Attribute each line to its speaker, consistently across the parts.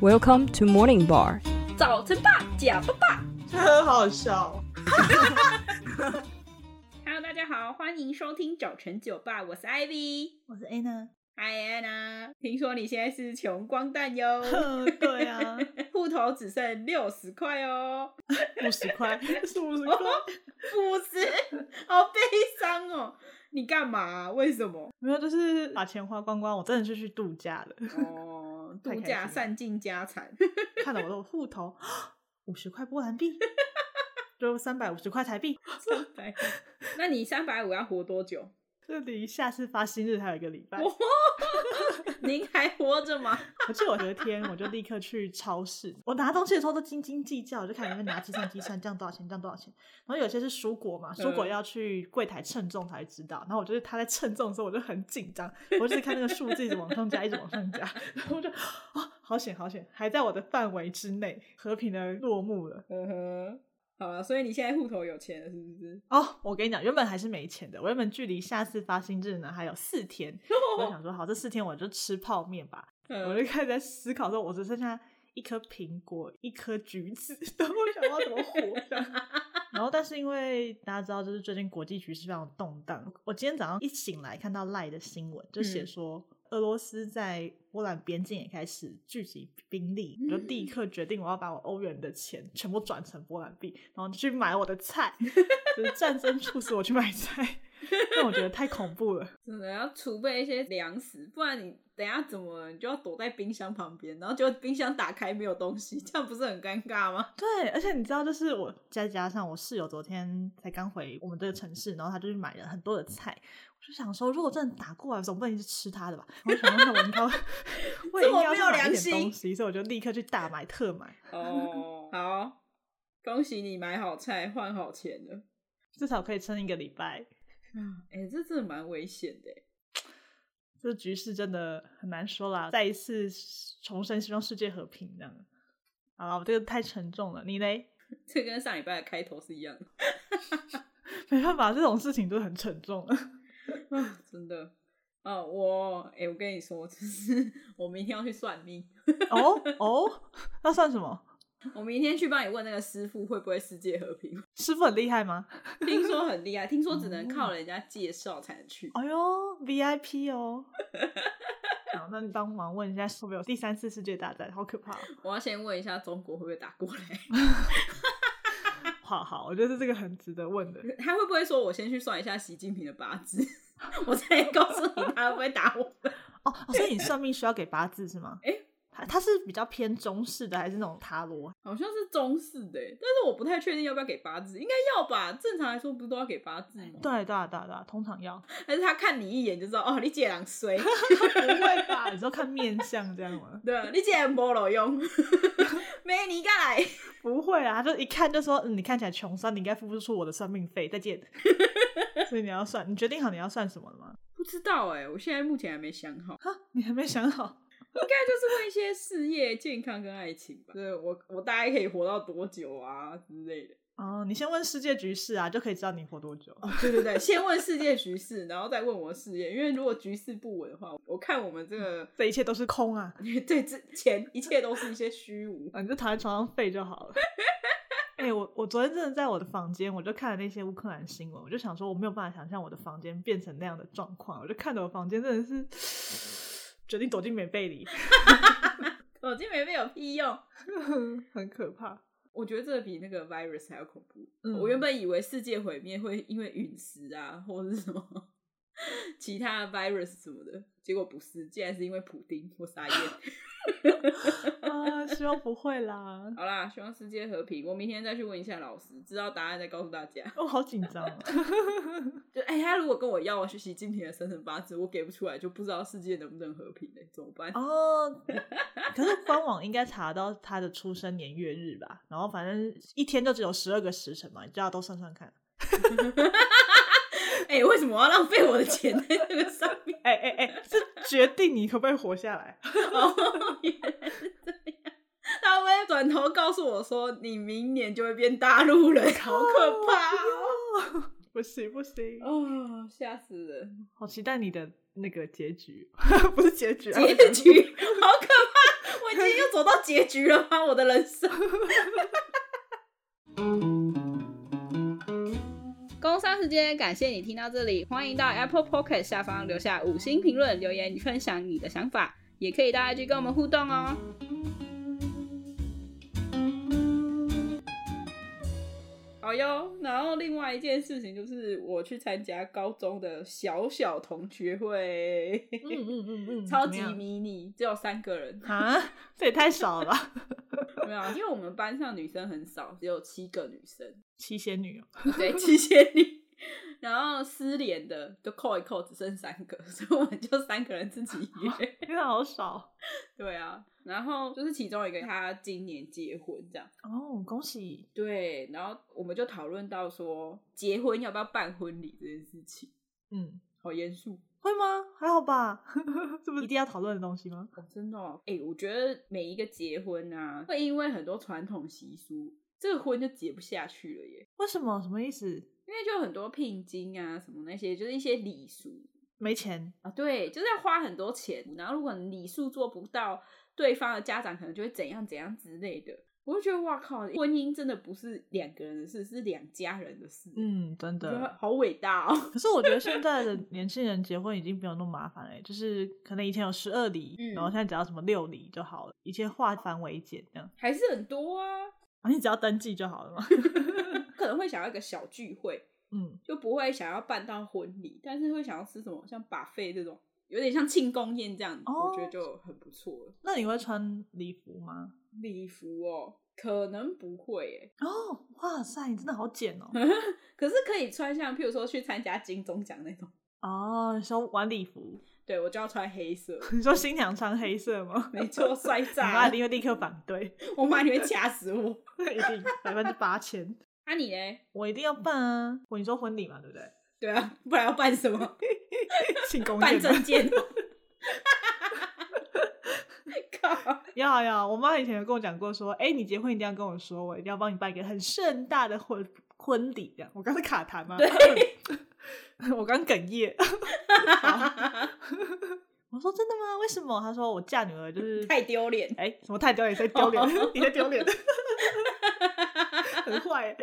Speaker 1: Welcome to Morning Bar。
Speaker 2: 早晨吧，假爸爸。
Speaker 3: 很好 笑。
Speaker 2: Hello，大家好，欢迎收听早晨酒吧，我是 Ivy。
Speaker 3: 我是 Anna。
Speaker 2: Hi Anna，听说你现在是穷光蛋 哟，
Speaker 3: 对啊，
Speaker 2: 户头只剩六十块 哦，
Speaker 3: 五十块 是五十块。
Speaker 2: 五十，好悲伤哦。你干嘛、为什 么？
Speaker 3: 没有，就是把钱花光光，我真的是去度假了，
Speaker 2: 哦，
Speaker 3: 太
Speaker 2: 度
Speaker 3: 开心
Speaker 2: 假
Speaker 3: 了
Speaker 2: 散尽家产。
Speaker 3: 看到我的户头五十块波兰 币，就三百五十块台币。
Speaker 2: 三百五， 那你三百五要活多 久？
Speaker 3: 这离下次发薪日还有一个礼拜，
Speaker 2: 哇 您还活着吗？
Speaker 3: 我记得我隔天我就立刻去超市，我拿东西的时候都斤斤计较，我就看里面拿计算机算这样多少钱，这样多少钱。然后有些是蔬果嘛，蔬果
Speaker 2: 嗯
Speaker 3: 要去柜台称重才知道。然后我就是他在称重的时候，我就很紧张，我就是看那个数字一直往上加，一直往上加，然后我就啊、好险好险，还在我的范围之内，和平的落幕了。
Speaker 2: 嗯哼，好了，所以你现在户头有钱了，是不 是？
Speaker 3: 哦，我跟你讲，原本还是没钱的，我原本距离下次发薪日呢还有四天，我就想说好，这四天我就吃泡面吧。我
Speaker 2: 嗯，
Speaker 3: 就开始在思考说，我只剩下一颗苹果，一颗橘子， 然后我想我要怎么活这样然后，但是因为大家知道，就是最近国际局势非常动荡。我今天早上一醒来，看到赖的新闻，就写
Speaker 2: 嗯
Speaker 3: 说、俄罗斯在波兰边境也开始聚集兵力，我就
Speaker 2: 嗯
Speaker 3: 立刻决定我要把我欧元的钱全部转成波兰币，然后去买我的菜。 就是战争促使我去买菜， 但我觉得太恐怖了。
Speaker 2: 真的要储备一些粮食，不然你等下怎么你就要躲在冰箱旁边，然后结果冰箱打开没有东西，这样不是很尴尬吗？
Speaker 3: 对，而且你知道，就是我再加上我室友昨天才刚回我们这个城市，然后他就去买了很多的菜。我就想说，如果真的打过来的时候，我不能一直吃他的吧？我想说，那我应该， 我也
Speaker 2: 这
Speaker 3: 应
Speaker 2: 么
Speaker 3: 该要
Speaker 2: 没
Speaker 3: 去
Speaker 2: 有良
Speaker 3: 买一点东
Speaker 2: 心
Speaker 3: 西，所以我就立刻去大买特买，
Speaker 2: 哦， 好，恭喜你买好菜换好钱了。
Speaker 3: 至少可以撑一个礼拜。
Speaker 2: 哎、这真的蛮危险的欸。
Speaker 3: 这局势真的很难说啦，再一次重申，希望世界和平这样。好了，我这个太沉重了，你嘞？
Speaker 2: 这跟上礼拜的开头是一样的，
Speaker 3: 没办法，这种事情都很沉重 了。
Speaker 2: 啊真的。哦，我哎、我跟你说，就是 我明天要去算命，
Speaker 3: 哦哦， 那算什么？
Speaker 2: 我明天去帮你问那个师傅会不会世界和平。
Speaker 3: 师傅很厉害吗？
Speaker 2: 听说很厉害，听说只能靠人家介绍才能去。
Speaker 3: 哎呦，VIP 哦。 好，那你帮忙问一下，会不会有第三次世界大战？好可怕哦、
Speaker 2: 我要先问一下中国会不会打过来，
Speaker 3: 好好，我觉得这个很值得问的。
Speaker 2: 他会不会说我先去算一下习近平的八字， 我再告诉你他会不会打我们？
Speaker 3: 哦，哦所以你算命需要给八字是吗？
Speaker 2: 诶
Speaker 3: 它它是比较偏中式的，还是那种塔罗？
Speaker 2: 好像是中式的欸，但是我不太确定要不要给八字，应该要吧？正常来说不是都要给八字吗？
Speaker 3: 对对啊对啊对啊，通常 要。
Speaker 2: 还是他看你一眼就知道哦，你姐狼衰，
Speaker 3: 不会吧？你说看面相这样吗？
Speaker 2: 对，你姐没路用， 没你敢来。
Speaker 3: 不会啊，他就一看就说，嗯，你看起来穷酸，你应该付不出我的算命费，再见。所以你要算，你决定好你要算什么了吗？
Speaker 2: 不知道哎、我现在目前还没想好，
Speaker 3: 哈，你还没想好。
Speaker 2: 应该就是问一些事业、健康跟爱情吧。对我，我大概可以活到多久啊之类的。
Speaker 3: 哦，你先问世界局势啊，就可以知道你活多久。
Speaker 2: 哦对对对，先问世界局势，然后再问我的事业，因为如果局势不稳的话，我看我们这个
Speaker 3: 这一切都是空啊！
Speaker 2: 对之前一切都是一些虚无。
Speaker 3: 啊，你就躺在床上废就好了。 哎、我我昨天真的在我的房间，我就看了那些乌克兰新闻，我就想说我没有办法想象我的房间变成那样的状况，我就看着我房间真的是决定躲进棉被里，
Speaker 2: 手机哦没被有屁用，
Speaker 3: 很可怕。
Speaker 2: 我觉得这比那个 virus 还要恐怖。
Speaker 3: 嗯
Speaker 2: 我原本以为世界毁灭会因为陨石啊，或者是什么 其他 virus 什么的，结果不是，竟然是因为普丁，我 傻眼。
Speaker 3: 啊，希望不会啦。
Speaker 2: 好啦，希望世界和平。我明天再去问一下老师，知道答案再告诉大家。
Speaker 3: 我、好紧张、啊。
Speaker 2: 就哎、他如果跟我要我去习近平的生辰八字，我给不出来，就不知道世界能不能和平嘞、欸怎么办？
Speaker 3: 哦，可是官网应该查到他的出生年月日吧？然后反正一天就只有十二个时辰嘛，你就要都算算看。
Speaker 2: 哎、为什么我要浪费我的钱在这个上面？
Speaker 3: 哎哎哎，这决定你可不可以活下来。
Speaker 2: 哦，原来是这样。他会不会转头告诉我说：“你明年就会变大陆人，好可怕哦
Speaker 3: 不行不行！”，
Speaker 2: 哦，吓死人！
Speaker 3: 好期待你的那个结局，不是结局、啊，
Speaker 2: 结局好可怕！我今天又走到结局了吗？我的人生。 工商时间，感谢你听到这里，欢迎到 Apple Pocket 下方留下五星评论，留言分享你的想法，也可以到 IG 跟我们互动哦。好哟，然后另外一件事情就是我去参加高中的小小同学会，
Speaker 3: 嗯嗯嗯嗯，
Speaker 2: 超
Speaker 3: 怎么
Speaker 2: 级
Speaker 3: 样
Speaker 2: 迷你，只有三个人，
Speaker 3: 啊，这也太少了吧，
Speaker 2: 没有啊，因为我们班上女生很少，只有七个女 生，
Speaker 3: 七仙女哦，
Speaker 2: 对，七仙女。然后失联的就扣一扣，只剩三个， 所以我们就三个人自己约。
Speaker 3: 真的好少
Speaker 2: 对啊，然后就是其中一个他今年结婚这样，
Speaker 3: 哦，恭喜，
Speaker 2: 对，然后我们就讨论到说结婚要不要办婚礼这件事情，
Speaker 3: 嗯，
Speaker 2: 好严肃
Speaker 3: 会吗？还好吧， 这不是一定要讨论的东西吗？
Speaker 2: 哦，真的、哦，哎、我觉得每一个结婚啊，会因为很多传统习俗，这个婚就结不下去了耶。
Speaker 3: 为什么？什么意思？
Speaker 2: 因为就很多聘金啊什么那些，就是一些礼俗
Speaker 3: 没钱
Speaker 2: 啊，对，就是要花很多钱。然后如果你礼数做不到，对方的家长可能就会怎样怎样之类的。我就觉得哇靠，婚姻真的不是两个人的事，是两家人的事。，
Speaker 3: 嗯，真
Speaker 2: 觉得。好伟大哦。
Speaker 3: 可是我觉得现在的年轻人结婚已经没有那么麻烦了，欸就是可能以前有十二礼，
Speaker 2: 嗯
Speaker 3: 然后现在只要什么六礼就好了，一切化繁为简这样，
Speaker 2: 还是很多啊，
Speaker 3: 啊，你只要登记就好了嘛。
Speaker 2: 可能会想要一个小聚会，
Speaker 3: 嗯，
Speaker 2: 就不会想要办到婚礼，但是会想要吃什么，像把费这种，有点像庆功宴这样，
Speaker 3: 哦
Speaker 2: 我觉得就很不错了。
Speaker 3: 那你会穿礼服吗？
Speaker 2: 礼服哦，可能不会耶、
Speaker 3: 哦，哇塞，你真的好简哦！
Speaker 2: 可是可以穿像，譬如说去参加金钟奖那种，
Speaker 3: 哦，你说晚礼服，
Speaker 2: 对我就要穿黑 色，
Speaker 3: 你说新娘穿黑 色吗？
Speaker 2: 没错，帅
Speaker 3: 你 妈
Speaker 2: 炸
Speaker 3: 一定会立刻反对，
Speaker 2: 我妈你会掐死我。
Speaker 3: 一定百分之八千。
Speaker 2: 啊你呢？
Speaker 3: 我一定要办啊！我你说婚礼嘛，对不 对？
Speaker 2: 对啊，不然要办什么？
Speaker 3: 庆功
Speaker 2: 办
Speaker 3: 宴嘛
Speaker 2: 证 件。靠！
Speaker 3: 要啊要啊，我妈以前有跟我讲过，说，哎、你结婚一定要跟我说，我一定要帮你办一个很盛大的婚 婚礼，这样。我刚是卡痰吗？ 我刚哽咽。 我说真的吗？为什么？她说我嫁女儿就是
Speaker 2: 太丢脸。
Speaker 3: 哎、什么太丢脸，谁丢脸？你在丢脸，很坏欸、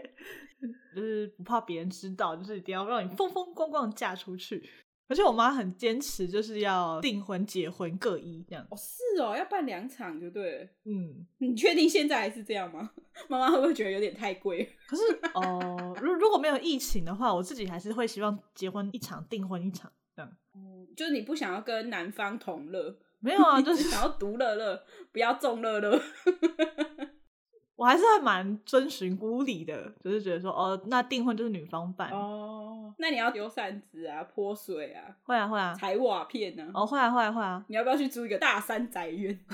Speaker 3: 就是不怕别人知道，就是一定要让你风风光光地嫁出去。而且我妈很坚持，就是要订婚、结婚各一这样。
Speaker 2: 哦，是哦，要办两场就对了。
Speaker 3: 嗯，
Speaker 2: 你确定现在还是这样吗？妈妈会不会觉得有点太贵？
Speaker 3: 可是哦，如如果没有疫情的话，我自己还是会希望结婚一场，订婚一场这样。
Speaker 2: 嗯就是你不想要跟男方同乐，
Speaker 3: 没有啊，就
Speaker 2: 你只
Speaker 3: 是
Speaker 2: 想要独乐乐，不要众乐乐。
Speaker 3: 我还是还蛮遵循古礼的，就是觉得说哦，那订婚就是女方办，
Speaker 2: 哦，那你要丢扇子啊，泼水啊，
Speaker 3: 会啊会啊，
Speaker 2: 踩瓦片啊。
Speaker 3: 哦会啊会啊会啊，
Speaker 2: 你要不要去租一个大山宅院，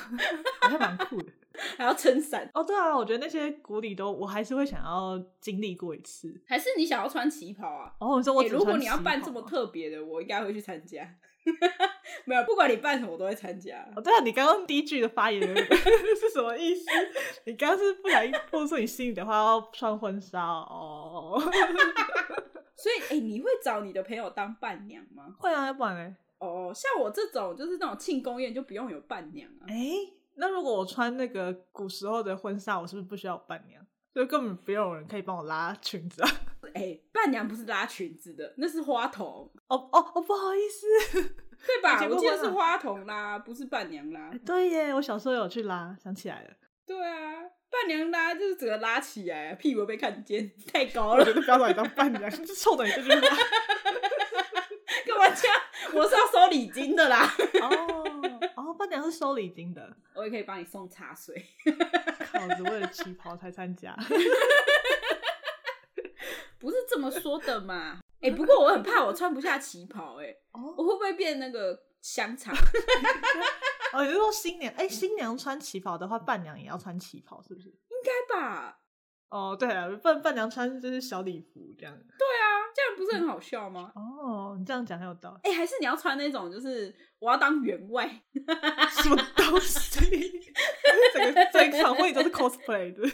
Speaker 3: 好像蛮酷的。
Speaker 2: 还要撑伞？
Speaker 3: 哦，对啊，我觉得那些古礼都，我还是会想要经历过一次。
Speaker 2: 还是你想要穿旗袍啊？
Speaker 3: 哦，你说我
Speaker 2: 欸
Speaker 3: 只
Speaker 2: 如果
Speaker 3: 穿
Speaker 2: 你要
Speaker 3: 旗
Speaker 2: 办
Speaker 3: 袍啊
Speaker 2: 这么
Speaker 3: 吗，
Speaker 2: 特别的，我应该会去参加。 没有，不管你办什么，我都会参加。
Speaker 3: 哦，对啊，你刚刚第一句的发言 是什么意思？你刚刚是不小心 露出你心里的话，要穿婚纱哦？
Speaker 2: 所以，哎、你会找你的朋友当伴娘吗？
Speaker 3: 会啊，要不然嘞？
Speaker 2: 哦，像我这种就是那种庆功宴就不用有伴娘啊。
Speaker 3: 哎，那如果我穿那个古时候的婚纱，我是不是不需要有伴娘？就根本不用有人可以帮我拉裙子啊！
Speaker 2: 哎、伴娘不是拉裙子的，那是花童，
Speaker 3: 哦哦哦，不好意思。
Speaker 2: 对吧？
Speaker 3: 结
Speaker 2: 我
Speaker 3: 过
Speaker 2: 记得
Speaker 3: 婚
Speaker 2: 是
Speaker 3: 啊
Speaker 2: 花童拉，不是伴娘拉
Speaker 3: 哎。 对耶，我小时候有去拉，想起来了，
Speaker 2: 对啊，伴娘拉就是整个拉起来，啊屁股被看见，太高
Speaker 3: 我
Speaker 2: 了
Speaker 3: 觉。得不要找你当伴娘， 就冲着你这句话。
Speaker 2: 干嘛这样？我是要收礼金的啦。
Speaker 3: 哦哦，伴娘是收礼金的，
Speaker 2: 我也可以帮你送茶水。
Speaker 3: 靠，只为了旗袍才参加。
Speaker 2: 不是这么说的嘛？ 哎、不过我很怕我穿不下旗袍、哎，我
Speaker 3: 哦
Speaker 2: 会不会变那个香 肠？
Speaker 3: 哦，你是说新娘？哎、新娘穿旗袍的话，伴娘也要穿旗袍，是不是？
Speaker 2: 该吧？
Speaker 3: 哦，对啊，伴伴娘穿就是小礼服这样。
Speaker 2: 对啊，这样不是很好笑吗？
Speaker 3: 哦，你这样讲很有道理。
Speaker 2: 哎、还是你要穿那种，就是我要当员 外，
Speaker 3: 什么东西？整个整场婚礼都是 cosplay 的，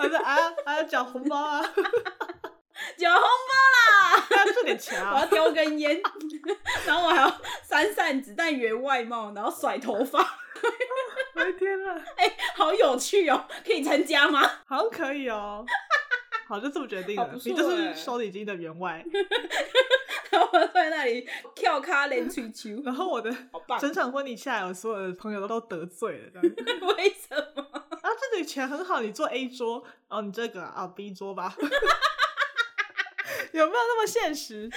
Speaker 3: 还是啊啊讲红包啊，
Speaker 2: 有红包啦！
Speaker 3: 还要赚点钱
Speaker 2: 我要
Speaker 3: 啊，
Speaker 2: 叼根烟， 然后我还要扇扇子、戴员外帽，然后甩头发。
Speaker 3: 我的天呐，
Speaker 2: 好有趣哦，可以参加吗？
Speaker 3: 好像可以哦。好，就这么决定
Speaker 2: 好
Speaker 3: 了。
Speaker 2: 不
Speaker 3: 你就
Speaker 2: 错欸
Speaker 3: 是收礼金的员外，
Speaker 2: 然后我在那里跳咖连吹球，
Speaker 3: 然后我的
Speaker 2: 好棒！
Speaker 3: 整场婚礼下来，我所有的朋友都得罪了。这样
Speaker 2: 为什么？
Speaker 3: 啊，这女钱很好，你坐 A 桌，哦，你这个啊 B 桌吧， 有没有那么现实？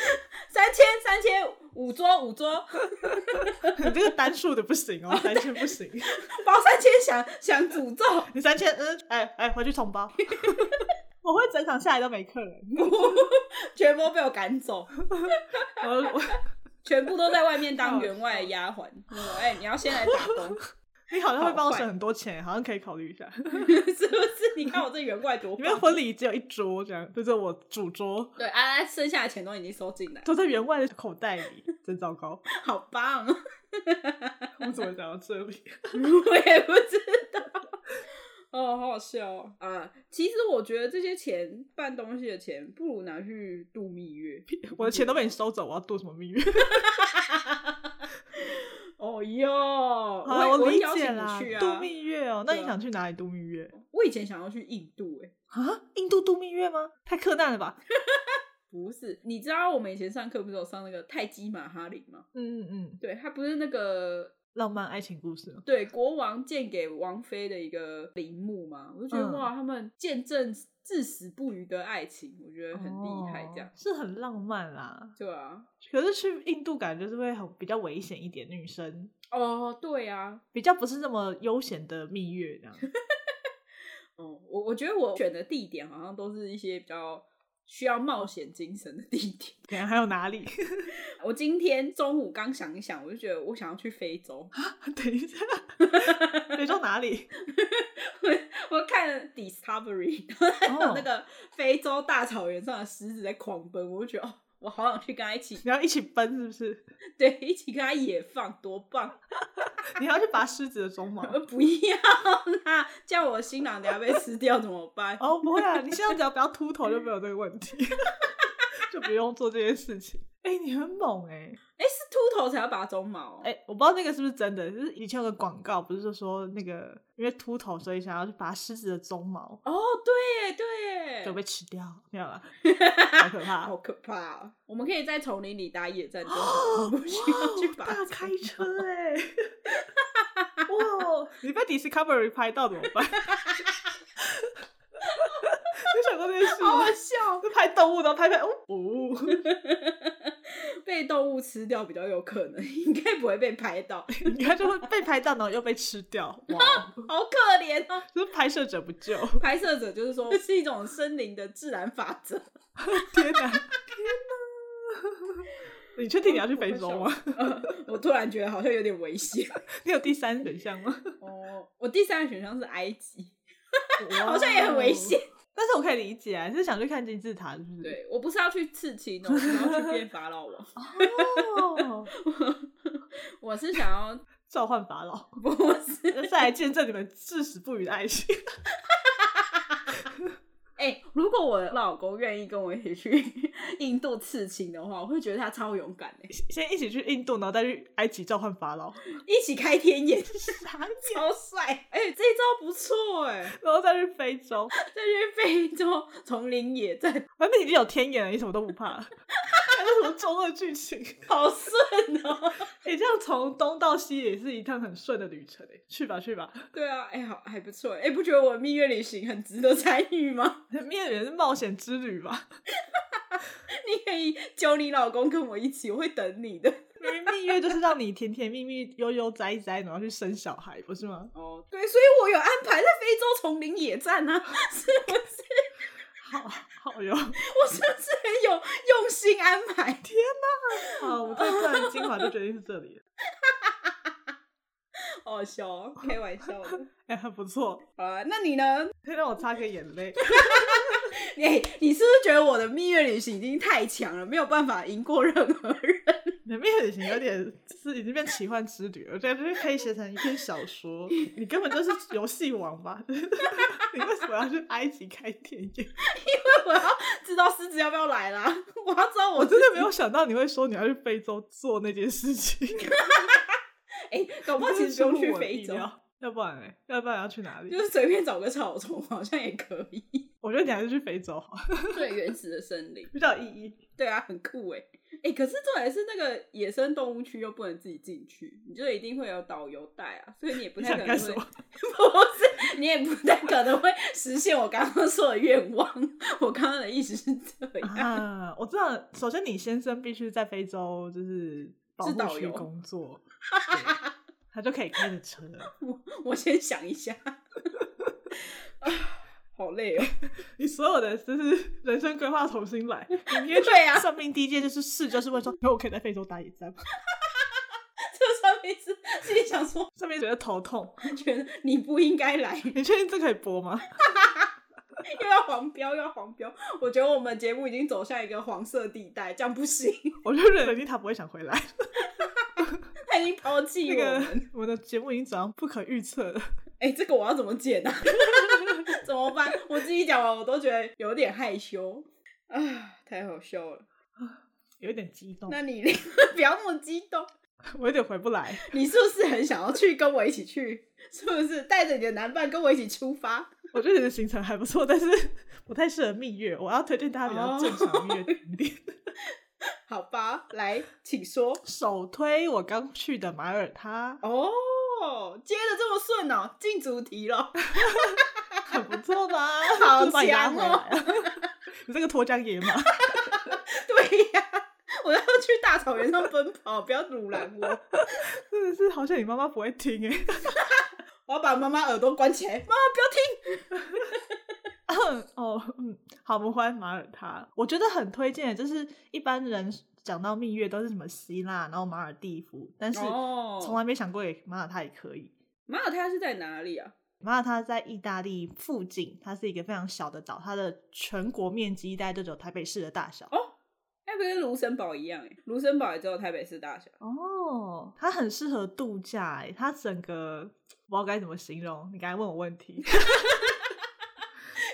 Speaker 2: 三千三千五桌五桌，
Speaker 3: 你这个单数的不行哦，三千不行，
Speaker 2: 包三千想想诅咒，
Speaker 3: 你三千，嗯，哎哎，回去重包。 我会整场下来都没客人，
Speaker 2: 全部被我赶走，
Speaker 3: 我我
Speaker 2: 全部都在外面当员外的丫鬟。那哎、你要先来打工，
Speaker 3: 你好像会帮我省
Speaker 2: 好坏
Speaker 3: 很多钱，好像可以考虑一下。
Speaker 2: 是不是？你看我这员外多
Speaker 3: 你们
Speaker 2: 棒。
Speaker 3: 婚礼只有一桌这样，就是我主桌
Speaker 2: 对，啊，啊剩下的钱都已经收进来，
Speaker 3: 都在员外的口袋里，真糟 糕，
Speaker 2: 好棒！
Speaker 3: 我怎么讲到这里？
Speaker 2: 我也不知道。 哦，好好笑哦！啊，其实我觉得这些钱办东西的钱，不如拿去度蜜月。
Speaker 3: 我的钱都被你收走，我要度什么蜜月？
Speaker 2: 哦哟，
Speaker 3: 好
Speaker 2: 我
Speaker 3: 啦
Speaker 2: 也我
Speaker 3: 我
Speaker 2: 会
Speaker 3: 理
Speaker 2: 邀
Speaker 3: 解
Speaker 2: 请你
Speaker 3: 啦
Speaker 2: 去，啊。
Speaker 3: 度蜜月哦。那
Speaker 2: 对
Speaker 3: 你
Speaker 2: 啊
Speaker 3: 想去哪里度蜜月
Speaker 2: 我以前想要去印度、欸，哎，
Speaker 3: 啊？印度度蜜月吗？太苛难了吧？
Speaker 2: 不是，你知道我们以前上课不是有上那个泰姬玛哈林吗？
Speaker 3: 嗯嗯嗯，
Speaker 2: 对，他不是那个
Speaker 3: 浪漫爱情故事吗？
Speaker 2: 对国王建给王妃的一个陵墓吗？我就觉得、
Speaker 3: 嗯
Speaker 2: 哇，他们见证至死不渝的爱情，我觉得很厉害，这样、
Speaker 3: 哦是很浪漫啦。
Speaker 2: 对啊，
Speaker 3: 可是去印度感觉就是会很比较危险一点，女生
Speaker 2: 哦，对啊，
Speaker 3: 比较不是那么悠闲的蜜月这样。
Speaker 2: 哦，我我觉得我选的地点好像都是一些比较需要冒险精神的地点。
Speaker 3: 等一下还有哪里？
Speaker 2: 我今天中午刚想一想，我就觉得我想要去非洲。
Speaker 3: 等 一下，非洲哪里？
Speaker 2: 我看了 Discovery，然后 还有
Speaker 3: 哦
Speaker 2: 那个非洲大草原上的狮子在狂奔，我就觉得哦，我好想去跟他一起，
Speaker 3: 你要一起奔是不是？
Speaker 2: 对，一起跟他野放，多棒！
Speaker 3: 你还要去拔狮子的鬃毛？
Speaker 2: 呃 不要啦，叫我新郎等下被吃掉怎么办？
Speaker 3: 哦，不会啊，你现在只要不要秃头就没有这个问题， 就不用做这些事情。哎、你很猛哎、
Speaker 2: 哎、是秃头才要拔鬃毛哦、
Speaker 3: 哎、我不知道那个是不是真的，就是以前有个广告，不是就说那个因为秃头，所以想要去拔狮子的鬃毛，
Speaker 2: 哦，对耶，对
Speaker 3: 就
Speaker 2: 耶，
Speaker 3: 被吃掉，没 有了，好可怕！
Speaker 2: 好
Speaker 3: 哇
Speaker 2: 可怕、哦！我们可以在丛林里打野战就好，我们不需要去拔
Speaker 3: 哦大
Speaker 2: 鬃
Speaker 3: 开
Speaker 2: 毛
Speaker 3: 车
Speaker 2: 欸
Speaker 3: 哎、
Speaker 2: 哦
Speaker 3: 哇！你被 Discovery 拍到怎么办？ 有想过这件事
Speaker 2: 好
Speaker 3: 吗
Speaker 2: 好？笑，
Speaker 3: 就拍动物，然后拍拍哦哦，
Speaker 2: 被动物吃掉比较有可能，应该不会被拍 到，
Speaker 3: 你看就会被拍到，然后又被吃掉，哇！
Speaker 2: 好可怜哦。
Speaker 3: 就是拍摄者不救，
Speaker 2: 拍摄者就是 说，是一种森林的自然法则。
Speaker 3: 天哪，天哪！你确 定你要去非洲吗？
Speaker 2: 呃 我突然觉得好像有点危险。
Speaker 3: 你有第三选项吗？
Speaker 2: 哦，我第三个选项是埃及， 好像也很危险。
Speaker 3: 哦但是我可以理解啊，你是想去看金字塔，是不是？。
Speaker 2: 对我不是要去刺青哦，我是要去变法老王，
Speaker 3: 哦，
Speaker 2: 我是想要
Speaker 3: 召唤法老，
Speaker 2: 不是
Speaker 3: 再来见证你们至死不渝的爱情。
Speaker 2: 哎、如果我老公愿意跟我一起去印度刺青的话，我会觉得他超勇敢欸的，
Speaker 3: 先一起去印度，然后再去埃及召唤法老，
Speaker 2: 一起开天眼，
Speaker 3: 傻眼
Speaker 2: 超帅！哎、这一招不错哎，
Speaker 3: 然后再去非洲。
Speaker 2: 再去非洲丛林野战，
Speaker 3: 反正你已经有天眼了，你什么都不怕了。 还有什么中二剧情？
Speaker 2: 好顺哦、
Speaker 3: 你、这样从东到西也是一趟很顺的旅程哎、去吧去吧，
Speaker 2: 对啊，哎、好还不错，哎、不觉得我的蜜月旅行很值得参与吗？
Speaker 3: 面人是冒险之旅吧？
Speaker 2: 你可以叫你老公跟我一起，我会等你的。
Speaker 3: 因为蜜月就是让你甜甜蜜蜜、悠悠哉哉，然后去生小孩，不是吗？
Speaker 2: 哦，对，所以我有安排在非洲丛林野战啊， 是不是？
Speaker 3: 好好哟！
Speaker 2: 我是不是很有用心安排？ 天，
Speaker 3: 好，我这段精华就决定是这里了。
Speaker 2: 好好笑哦，开玩笑的。
Speaker 3: 哎、很不错，
Speaker 2: 好啊，那你呢？
Speaker 3: 可以让我擦个眼泪。
Speaker 2: 哎、你是不是觉得我的蜜月旅行已经太强了，没有办法赢过任何人？
Speaker 3: 你的蜜月旅行有点就是已经变奇幻之旅了，我觉得就是可以写成一篇小说。你根本就是游戏王吧？ 你为什么要去埃及开电影？
Speaker 2: 我要知道狮子要不要来啦，我要知道
Speaker 3: 我
Speaker 2: 我
Speaker 3: 真的没有想到你会说你要去非洲做那件事情，
Speaker 2: 哎、搞不好其实不
Speaker 3: 真
Speaker 2: 用去啊
Speaker 3: 的出乎我的
Speaker 2: 非
Speaker 3: 意
Speaker 2: 洲。
Speaker 3: 料 要不然嘞，要不然要去哪里
Speaker 2: 就？是随便找个草丛好像也可以，
Speaker 3: 我觉得你还是去非洲好 了，
Speaker 2: 最原始的森林。
Speaker 3: 比较有意义。
Speaker 2: 对啊，很酷哎、哎、可是重点是那个野生动物区又不能自己进去，你就一定会有导游带啊，所以你也不
Speaker 3: 你
Speaker 2: 太可
Speaker 3: 想
Speaker 2: 能
Speaker 3: 干
Speaker 2: 会，
Speaker 3: 什么
Speaker 2: 不是你也不太可能会实现我刚刚说的愿望。我刚刚的意思是这样，
Speaker 3: 啊，我知道。首先，你先生必须在非洲就是保
Speaker 2: 是
Speaker 3: 护
Speaker 2: 导
Speaker 3: 区
Speaker 2: 游
Speaker 3: 工作，对他就可以开着车。
Speaker 2: 我我先想一 下，啊好累哦。
Speaker 3: 你所有的就是 人生规划重新来。你明天去
Speaker 2: 对啊
Speaker 3: 算命第一件就是事，就是 问说，哎，我可以在非洲打野战吗？
Speaker 2: 这上面是自己想说，
Speaker 3: 上面觉得头痛，
Speaker 2: 觉得你不应该来，
Speaker 3: 你确定这可以播 吗？
Speaker 2: 又要黄标，又要黄标。我觉得我们节目已经走向一个黄色地带，这样不行，
Speaker 3: 我就认定他不会想回来。
Speaker 2: 他已经抛弃
Speaker 3: 那
Speaker 2: 我们。
Speaker 3: 个我的节目已经走上不可预测了。
Speaker 2: 哎、这个我要怎么剪啊？ 怎么办？我自己讲完我都觉得有点害羞啊，太好笑了。
Speaker 3: 有一点激动，
Speaker 2: 那你 不要那么激动，
Speaker 3: 我有点回不来。
Speaker 2: 你是不是很想要去跟我一起去？是不是带着你的男伴跟我一起出发？
Speaker 3: 我觉得你的行程还不错，但是 不太适合蜜月。我要推荐大家比较正常蜜月景点。
Speaker 2: 好吧，来，请说。
Speaker 3: 首推我刚去的马耳他，
Speaker 2: 哦，接的这么顺哦，进主题了。
Speaker 3: 很不错吧？
Speaker 2: 好
Speaker 3: 就把你拉
Speaker 2: 强
Speaker 3: 回
Speaker 2: 哦
Speaker 3: 来了！ 你这个脱缰野马，
Speaker 2: 对呀、我要去大草原上奔跑，不要阻拦我。
Speaker 3: 真的是好像你妈妈不会听哎、
Speaker 2: 我要把妈妈耳朵关起来，妈妈不要听。
Speaker 3: 哦，嗯，好，我们回来马耳他，我觉得很推荐，就是一般人讲到蜜月都是什么希腊，然后马尔蒂夫，但是
Speaker 2: 哦
Speaker 3: 从来没想过也马耳他也可以。
Speaker 2: 马耳他是在哪里啊？
Speaker 3: 马耳他在意大利附近，它是一个非常小的岛，它的全国面积大概就只有台北市的大小。
Speaker 2: 哎，不跟卢森堡一样哎，卢森堡也只有台北市大小。
Speaker 3: 哦，它很适合度假、欸，它整个我不知道该怎么形容。你刚才问我 问题，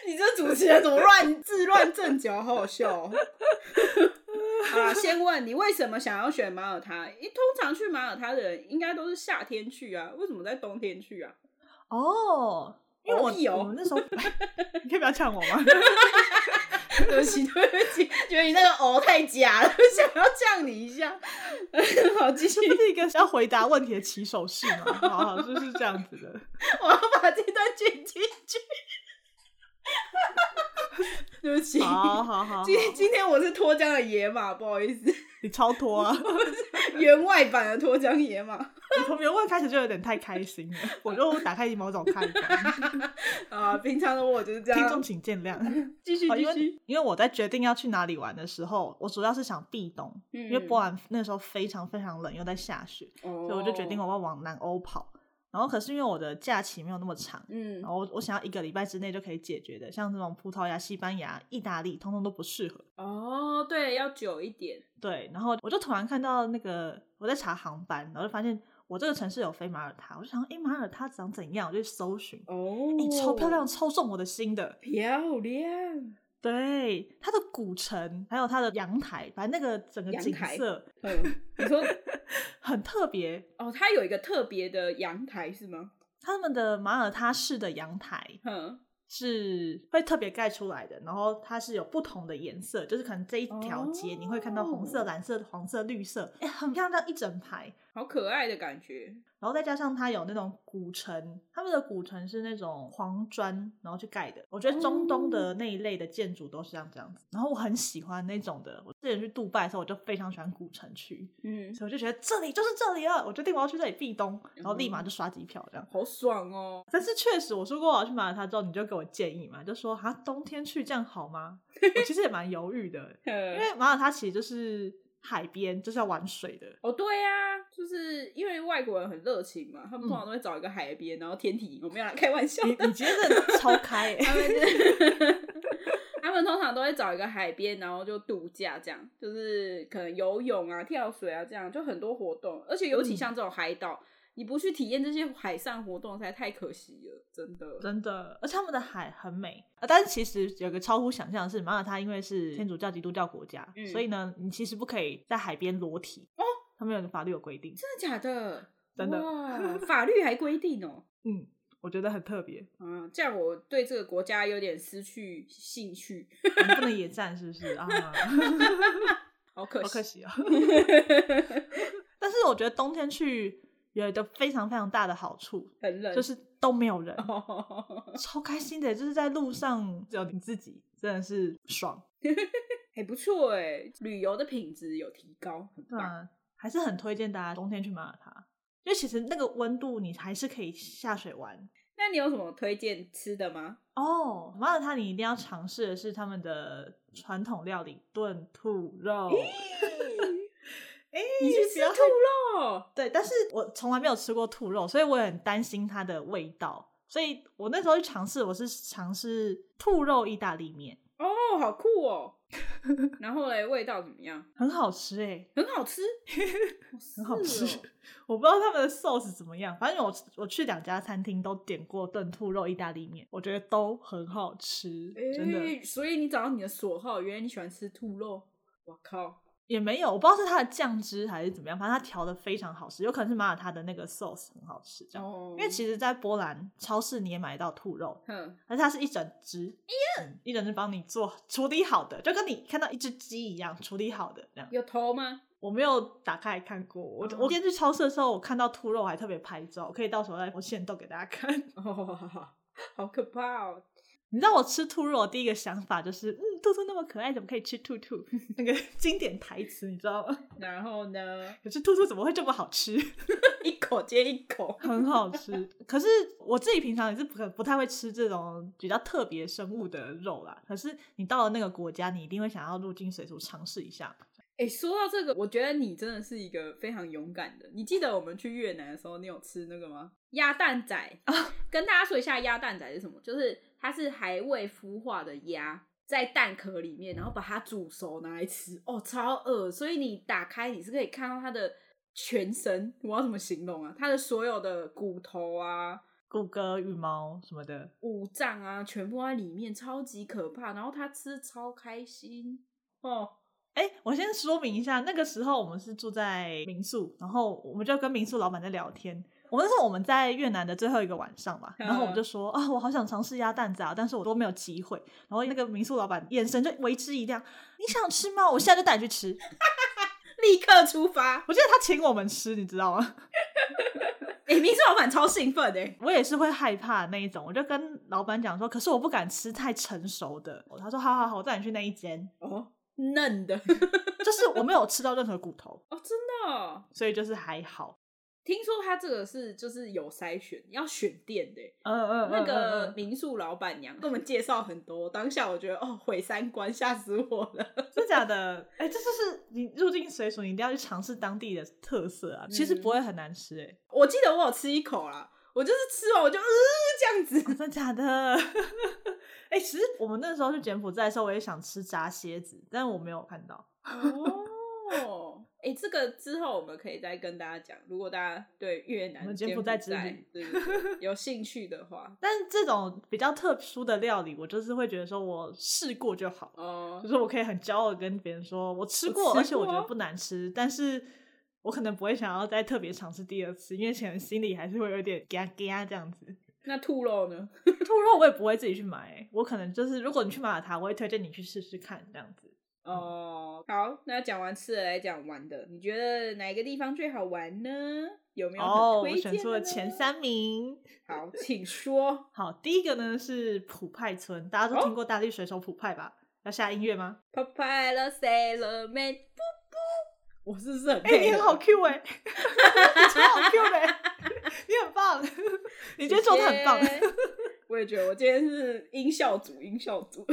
Speaker 2: 你这主持人怎么乱自乱阵脚，好好笑、哦。好啦，先问你为什么想要选马耳他？因为通常去马耳他的人应该都是夏天去啊，为什么在冬天去啊？
Speaker 3: 哦，因为我、
Speaker 2: 哦屁哦
Speaker 3: 我们那时候， 你可以不要呛我吗？
Speaker 2: 对不起，对不起，觉得你那个哦太假了，想要降你一下。 好，继续，
Speaker 3: 这不是一个要回答问题的起手式吗？好好，就是这样子的。
Speaker 2: 我要把这段剪进去。 对不起，
Speaker 3: 好好好，
Speaker 2: 今今天我是脱缰的野马，不好意思。
Speaker 3: 你超脱啊！
Speaker 2: 员外版的脱缰野马
Speaker 3: 你从原问开始就有点太开心了，我就打开某种开关。
Speaker 2: 啊，平常的我就是这
Speaker 3: 听
Speaker 2: 样哦
Speaker 3: 众。请见谅。
Speaker 2: 继续
Speaker 3: 好因
Speaker 2: 继续
Speaker 3: 为，因为我在决定要去哪里玩的时候，我主要是想避冬，因为
Speaker 2: 嗯
Speaker 3: 波兰那时候非常非常冷，又在下雪，
Speaker 2: 所
Speaker 3: 所以我就决
Speaker 2: 哦
Speaker 3: 定我要往南欧跑。然后可是因为我的假期没有那么长，
Speaker 2: 嗯
Speaker 3: 然后我我想要一个礼拜之内就可以解决的，像这种葡萄牙、西班牙、意大利，通通都不适合。
Speaker 2: 哦，对，要久一点
Speaker 3: 对，然后我就突然看到那个我在查航班，然后就发现我这个城市有飞马耳他，我就想说，诶，马耳他长怎样？我就去搜寻，
Speaker 2: 哦
Speaker 3: 诶，超漂亮，，超中我的心的。
Speaker 2: 漂 亮，
Speaker 3: 对，它的古城还有它的阳台，反正那个整个
Speaker 2: 阳
Speaker 3: 景
Speaker 2: 台
Speaker 3: 色
Speaker 2: 嗯，你说
Speaker 3: 很特别。
Speaker 2: 哦，它有一个特别的阳台是吗？
Speaker 3: 他们的马耳他式的阳台
Speaker 2: 嗯，
Speaker 3: 是会特别盖出来的，然后它是有不同的颜色，就是可能这一条街你会看到红
Speaker 2: 哦
Speaker 3: 色、蓝色、黄色、绿色，诶，很漂亮，一整排。
Speaker 2: 好可爱的感觉，
Speaker 3: 然后再加上它有那种古城，他们的古城是那种黄砖然后去盖的。我觉得中东的那一类的建筑都是像这样子。然后我很喜欢那种的。我之前去杜拜的时候，我就非常喜欢古城区，
Speaker 2: 嗯，
Speaker 3: 所以我就觉得这里就是这里了，我决定我要去这里避冬，然后立马就刷机票这样。
Speaker 2: 好爽哦，
Speaker 3: 但是确实，我说过我要去马耳他之后，你就给我建议嘛，就说啊，冬天去这样好吗？ 我其实也蛮犹豫的，因
Speaker 2: 因
Speaker 3: 为马耳他其实就是海边，就是要玩水的。
Speaker 2: 哦，对呀、就是因为外国人很热情嘛，他们通常都会找一个海边，然后天体，我没有啦，开玩笑
Speaker 3: 你
Speaker 2: 的，
Speaker 3: 你今天真的超开、欸，
Speaker 2: 他们是他们通常都会找一个海边，然后就度假，这样就是可能游泳啊、跳水啊，这样就很多活动。而且尤
Speaker 3: 嗯
Speaker 2: 其像这种海岛，你不去体验这些海上活动，实在太可惜了，真的。
Speaker 3: 真的，而且他们的海很美。呃但是其实有个超乎想象的是，马耳他因为是天主教、基督教国家，
Speaker 2: 嗯
Speaker 3: 所以呢，你其实不可以在海边裸体。
Speaker 2: 哦，
Speaker 3: 他们有法律有规定。
Speaker 2: 真的假的？
Speaker 3: 真的，
Speaker 2: 哇，法律还规定哦。
Speaker 3: 嗯，我觉得很特 别，
Speaker 2: 嗯，这样我对这个国家有点失去兴趣，
Speaker 3: 我们不能野战是不是啊？
Speaker 2: 好可
Speaker 3: 好可
Speaker 2: 惜。
Speaker 3: 惜哦。但是我觉得冬天去有一个非常非常大的好处，
Speaker 2: 很冷，
Speaker 3: 就是都没有人，
Speaker 2: 哦，
Speaker 3: 超开心的，就是在路上只有你自己，真的是爽。
Speaker 2: 还不错哎，旅游的品质有提高，很
Speaker 3: 对
Speaker 2: 棒。
Speaker 3: 啊，还是很推荐大家冬天去马耳他，因为其实那个温度你还是可以下水玩。
Speaker 2: 那你有什么推荐吃的吗？
Speaker 3: 哦，马耳他你一定要尝试的是他们的传统料理炖兔肉。 哎、
Speaker 2: 你去
Speaker 3: 不
Speaker 2: 吃
Speaker 3: 要害
Speaker 2: 兔肉，
Speaker 3: 对，但是我从来没有吃过兔肉，所以我也很担心它的味道。所以我那时候去尝试，我是尝试兔肉意大利面，
Speaker 2: 哦，好酷哦。然后嘞，味道怎么样？
Speaker 3: 很好吃哎、
Speaker 2: 很好 吃，
Speaker 3: 很好吃
Speaker 2: 是哦。
Speaker 3: 我不知道他们的 sauce 怎么样，反正我我去两家餐厅都点过炖兔肉意大利面，我觉得都很好吃，真的
Speaker 2: 诶所以你找到你的所好，原来你喜欢吃兔肉。我靠，
Speaker 3: 也没有，我不知道是它的酱汁还是怎么样，反正它调的非常好吃，有可能是马耳他的那个 sauce 很好吃这样。
Speaker 2: 哦
Speaker 3: 因为其实，在波兰超市你也买到兔肉，
Speaker 2: 哼，
Speaker 3: 而且它是一整只，
Speaker 2: 哎
Speaker 3: 嗯一整只帮你做处理好的，就跟你看到一只鸡一样处理好的这样。
Speaker 2: 有头吗？
Speaker 3: 我没有打开来看过，
Speaker 2: 哦
Speaker 3: 我我今天去超市的时候，我看到兔肉我还特别拍照，我可以到时候再我现动给大家看。
Speaker 2: 哦，好可怕哦！
Speaker 3: 你知道我吃兔肉我第一个想法就是，嗯，兔兔那么可爱，怎么可以吃兔兔？ 那个经典台词你知道吗？
Speaker 2: 然后呢，
Speaker 3: 可是兔兔怎么会这么好吃？
Speaker 2: 一口接一口，
Speaker 3: 很好吃。可是我自己平常也是不可不太会吃这种比较特别生物的肉啦。可是你到了那个国家，你一定会想要入境随俗尝试一下。
Speaker 2: 哎、说到这个，我觉得你真的是一个非常勇敢的。你记得我们去越南的时候，你有吃那个吗？鸭蛋仔跟大家说一下，鸭蛋仔是什么？就是它是还未孵化的鸭，在蛋壳里面，然后把它煮熟拿来吃，哦，超恶。所以你打开，你是可以看到它的全身，我要怎么形容啊？它的所有的骨头啊、
Speaker 3: 骨骼、羽毛什么的，
Speaker 2: 五脏啊，全部在里面，超级可怕。然后它吃超开心哦，
Speaker 3: 哎，我先说明一下，那个时候我们是住在民宿，然后我们就跟民宿老板在聊天。我们那时候我们在越南的最后一个晚上嘛，然后我们就说啊，我好想尝试鸭蛋仔啊，但是我都没有机会。然后那个民宿老板眼神就为之一亮，你想吃吗？我现在就带你去吃。
Speaker 2: 立刻出发。
Speaker 3: 我记得他请我们吃，你知道吗？
Speaker 2: 哎、民宿老板超兴奋哎、
Speaker 3: 我也是会害怕的那一种，我就跟老板讲说，可是我不敢吃太成熟的。他说好好好，我带你去那一间，
Speaker 2: 哦，嫩的
Speaker 3: 就是我没有吃到任何骨头，
Speaker 2: 哦，真的哦、
Speaker 3: 所以就是还好。
Speaker 2: 听说他这个是就是有筛选，要选店的欸。
Speaker 3: 嗯嗯
Speaker 2: 那个民宿老板娘跟我们介绍很多，当下我觉得哦毁三观，吓死我了。
Speaker 3: 真假的，哎、这就是你入境随俗，你一定要去尝试当地的特色啊。其实不会
Speaker 2: 嗯
Speaker 3: 很难吃、哎、
Speaker 2: 我记得我有吃一口啦，我就是吃完我就呃这样子，
Speaker 3: 真假的。 哎、其实我们那时候去柬埔寨的时候，我也想吃炸蝎子，但是我没有看到。
Speaker 2: 哦，哎、这个之后我们可以再跟大家讲，如果大家对越
Speaker 3: 我
Speaker 2: 南、
Speaker 3: 们
Speaker 2: 柬
Speaker 3: 柬
Speaker 2: 埔
Speaker 3: 埔
Speaker 2: 寨
Speaker 3: 寨之旅
Speaker 2: 对对对有兴趣的话，
Speaker 3: 但是这种比较特殊的料理，我就是会觉得说我试过就好了。
Speaker 2: 哦
Speaker 3: 就，是我可以很骄傲地跟别人说我吃过，
Speaker 2: 我吃
Speaker 3: 而且我觉得
Speaker 2: 过啊
Speaker 3: 不难吃，但是我可能不会想要再特别尝试第二次，因为可能心里还是会有点嘎嘎这样子。
Speaker 2: 那兔肉呢？
Speaker 3: 兔肉我也不会自己去买、欸我可能就是如果你去马耳他，我会推荐你去试试看这样子。
Speaker 2: 哦，好，那讲完吃的来讲玩的，你觉得哪一个地方最好玩呢？有没有很
Speaker 3: 哦，我
Speaker 2: 推荐、
Speaker 3: 选出了前，三名。
Speaker 2: 好，请 说。
Speaker 3: 好，第一个呢是普派村，大家都听过大力水手普派吧？要下音乐吗？
Speaker 2: Papa the Sailor Man，不不，我是不是很
Speaker 3: 哎、
Speaker 2: 配
Speaker 3: 你
Speaker 2: 合
Speaker 3: 很好 Q 哎、你超好 Q 的、欸，你很棒， 你今天做的很棒。
Speaker 2: 谢谢我也觉得我今天是音效组，音效组。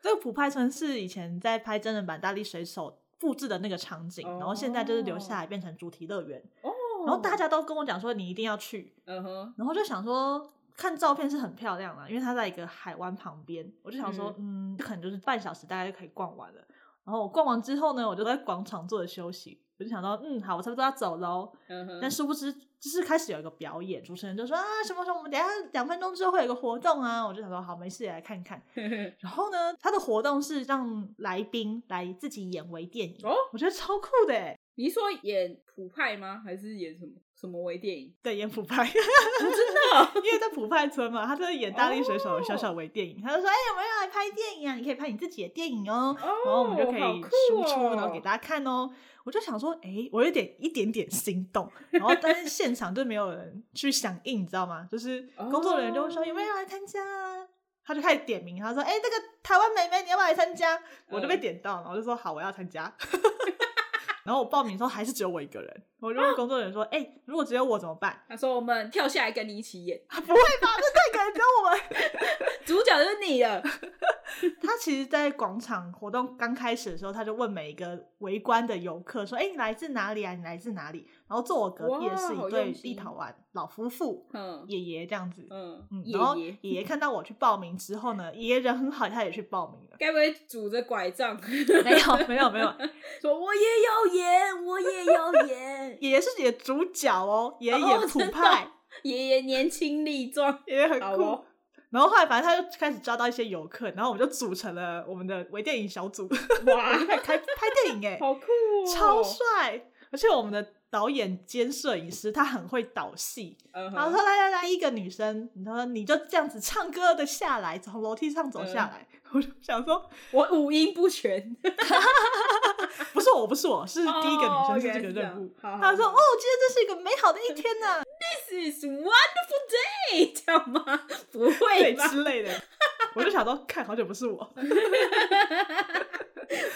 Speaker 3: 这个普派村是以前在拍真人版《大力水手》布置的那个场景，
Speaker 2: 哦
Speaker 3: 然后现在就是留下来变成主题乐园。
Speaker 2: 哦，
Speaker 3: 然后大，家都跟我讲说你一定要去，
Speaker 2: 嗯哼，
Speaker 3: 然后就想说看照片是很漂亮啦，因为它在一个海湾旁边，我就想说嗯可能就是半小时大概就可以逛完了。然后我逛完之后呢，我就在广场坐着休息，我就想到嗯好，我差不多要走喽。
Speaker 2: 嗯哼，
Speaker 3: 但殊不知，就是开始有一个表演，主持人就说啊什么什么，我们等一下两分钟之后会有一个活动啊，我就想说好没事来看看。然后呢，它的活动是让来宾来自己演微电影，
Speaker 2: 哦
Speaker 3: 我觉得超酷的欸。
Speaker 2: 你是说演普派吗？还是演什么什么微电影？哦
Speaker 3: 对，演普派，
Speaker 2: 真的？
Speaker 3: 因为在普派村嘛，他就是演大力水手的小
Speaker 2: 哦
Speaker 3: 小微电影，他就说：“哎、我们要来拍电影啊，你可以拍你自己的电影哦。”
Speaker 2: 哦，
Speaker 3: 然后我们就可
Speaker 2: 好
Speaker 3: 以
Speaker 2: 酷
Speaker 3: 输出，
Speaker 2: 哦、
Speaker 3: 然后给大家看哦。我就想说，哎、我有点一点点心动，然后但是现场就没有人去响应，你知道吗？就是工作人员就会说、
Speaker 2: 哦
Speaker 3: 有没有人来参加啊？他就开始点名，他说：“哎、这个台湾妹妹，你要不要来参加？”我就被
Speaker 2: 嗯
Speaker 3: 点到，然后我就说：“好，我要参加。” 然后我报名的时候还是只有我一个人，我就问工作人员说：“哎、如果只有我怎么办 啊
Speaker 2: 他说我们跳下来跟你一起演，？”
Speaker 3: 那个人只有我们
Speaker 2: 主角就是你了。
Speaker 3: 他其实，在广场活动刚开始的时候，他就问每一个围观的游客说：“哎、你来自哪里啊？你来自哪里？”然后坐我隔壁的是
Speaker 2: 哇好
Speaker 3: 一对
Speaker 2: 用心
Speaker 3: 立陶宛老夫妇
Speaker 2: 嗯
Speaker 3: 爷爷这样子。
Speaker 2: 嗯
Speaker 3: 嗯，，
Speaker 2: 爷
Speaker 3: 然后
Speaker 2: 爷。
Speaker 3: 爷，爷看到我去报名之后呢，爷爷人很好，他也去报名了
Speaker 2: 该不会拄着拐杖
Speaker 3: 没有，没有，没有，
Speaker 2: 说我也要演，我也要演？
Speaker 3: 爷爷是演主角哦，爷爷
Speaker 2: 哦
Speaker 3: 演普
Speaker 2: 真的
Speaker 3: 派，
Speaker 2: 爷爷年轻力壮，
Speaker 3: 爷爷很
Speaker 2: 好
Speaker 3: 酷。
Speaker 2: 哦
Speaker 3: 然后后来，反正他就开始招到一些游客，然后我们就组成了我们的微电影小组，
Speaker 2: 哇，
Speaker 3: 开始拍拍电影哎、
Speaker 2: 好酷哦，
Speaker 3: 超帅！而且我们的导演兼摄影师他很会导戏，
Speaker 2: 嗯哼。
Speaker 3: 然后说来来来，一个女生，他说你就这样子唱歌的下来，从楼梯上走下
Speaker 2: 嗯
Speaker 3: 来。我就想说，
Speaker 2: 我五音不全，
Speaker 3: 不是我，不是我，是第一个女
Speaker 2: 哦
Speaker 3: 生是这
Speaker 2: 原
Speaker 3: 个
Speaker 2: 来
Speaker 3: 任务。
Speaker 2: 这样好好
Speaker 3: 他说：“
Speaker 2: 好
Speaker 3: 哦，今天真是一个美好的一 天呐、
Speaker 2: This is wonderful day，这 样吗？不会
Speaker 3: 对
Speaker 2: 吧？
Speaker 3: 之类的。”我就想说，看好久不是我。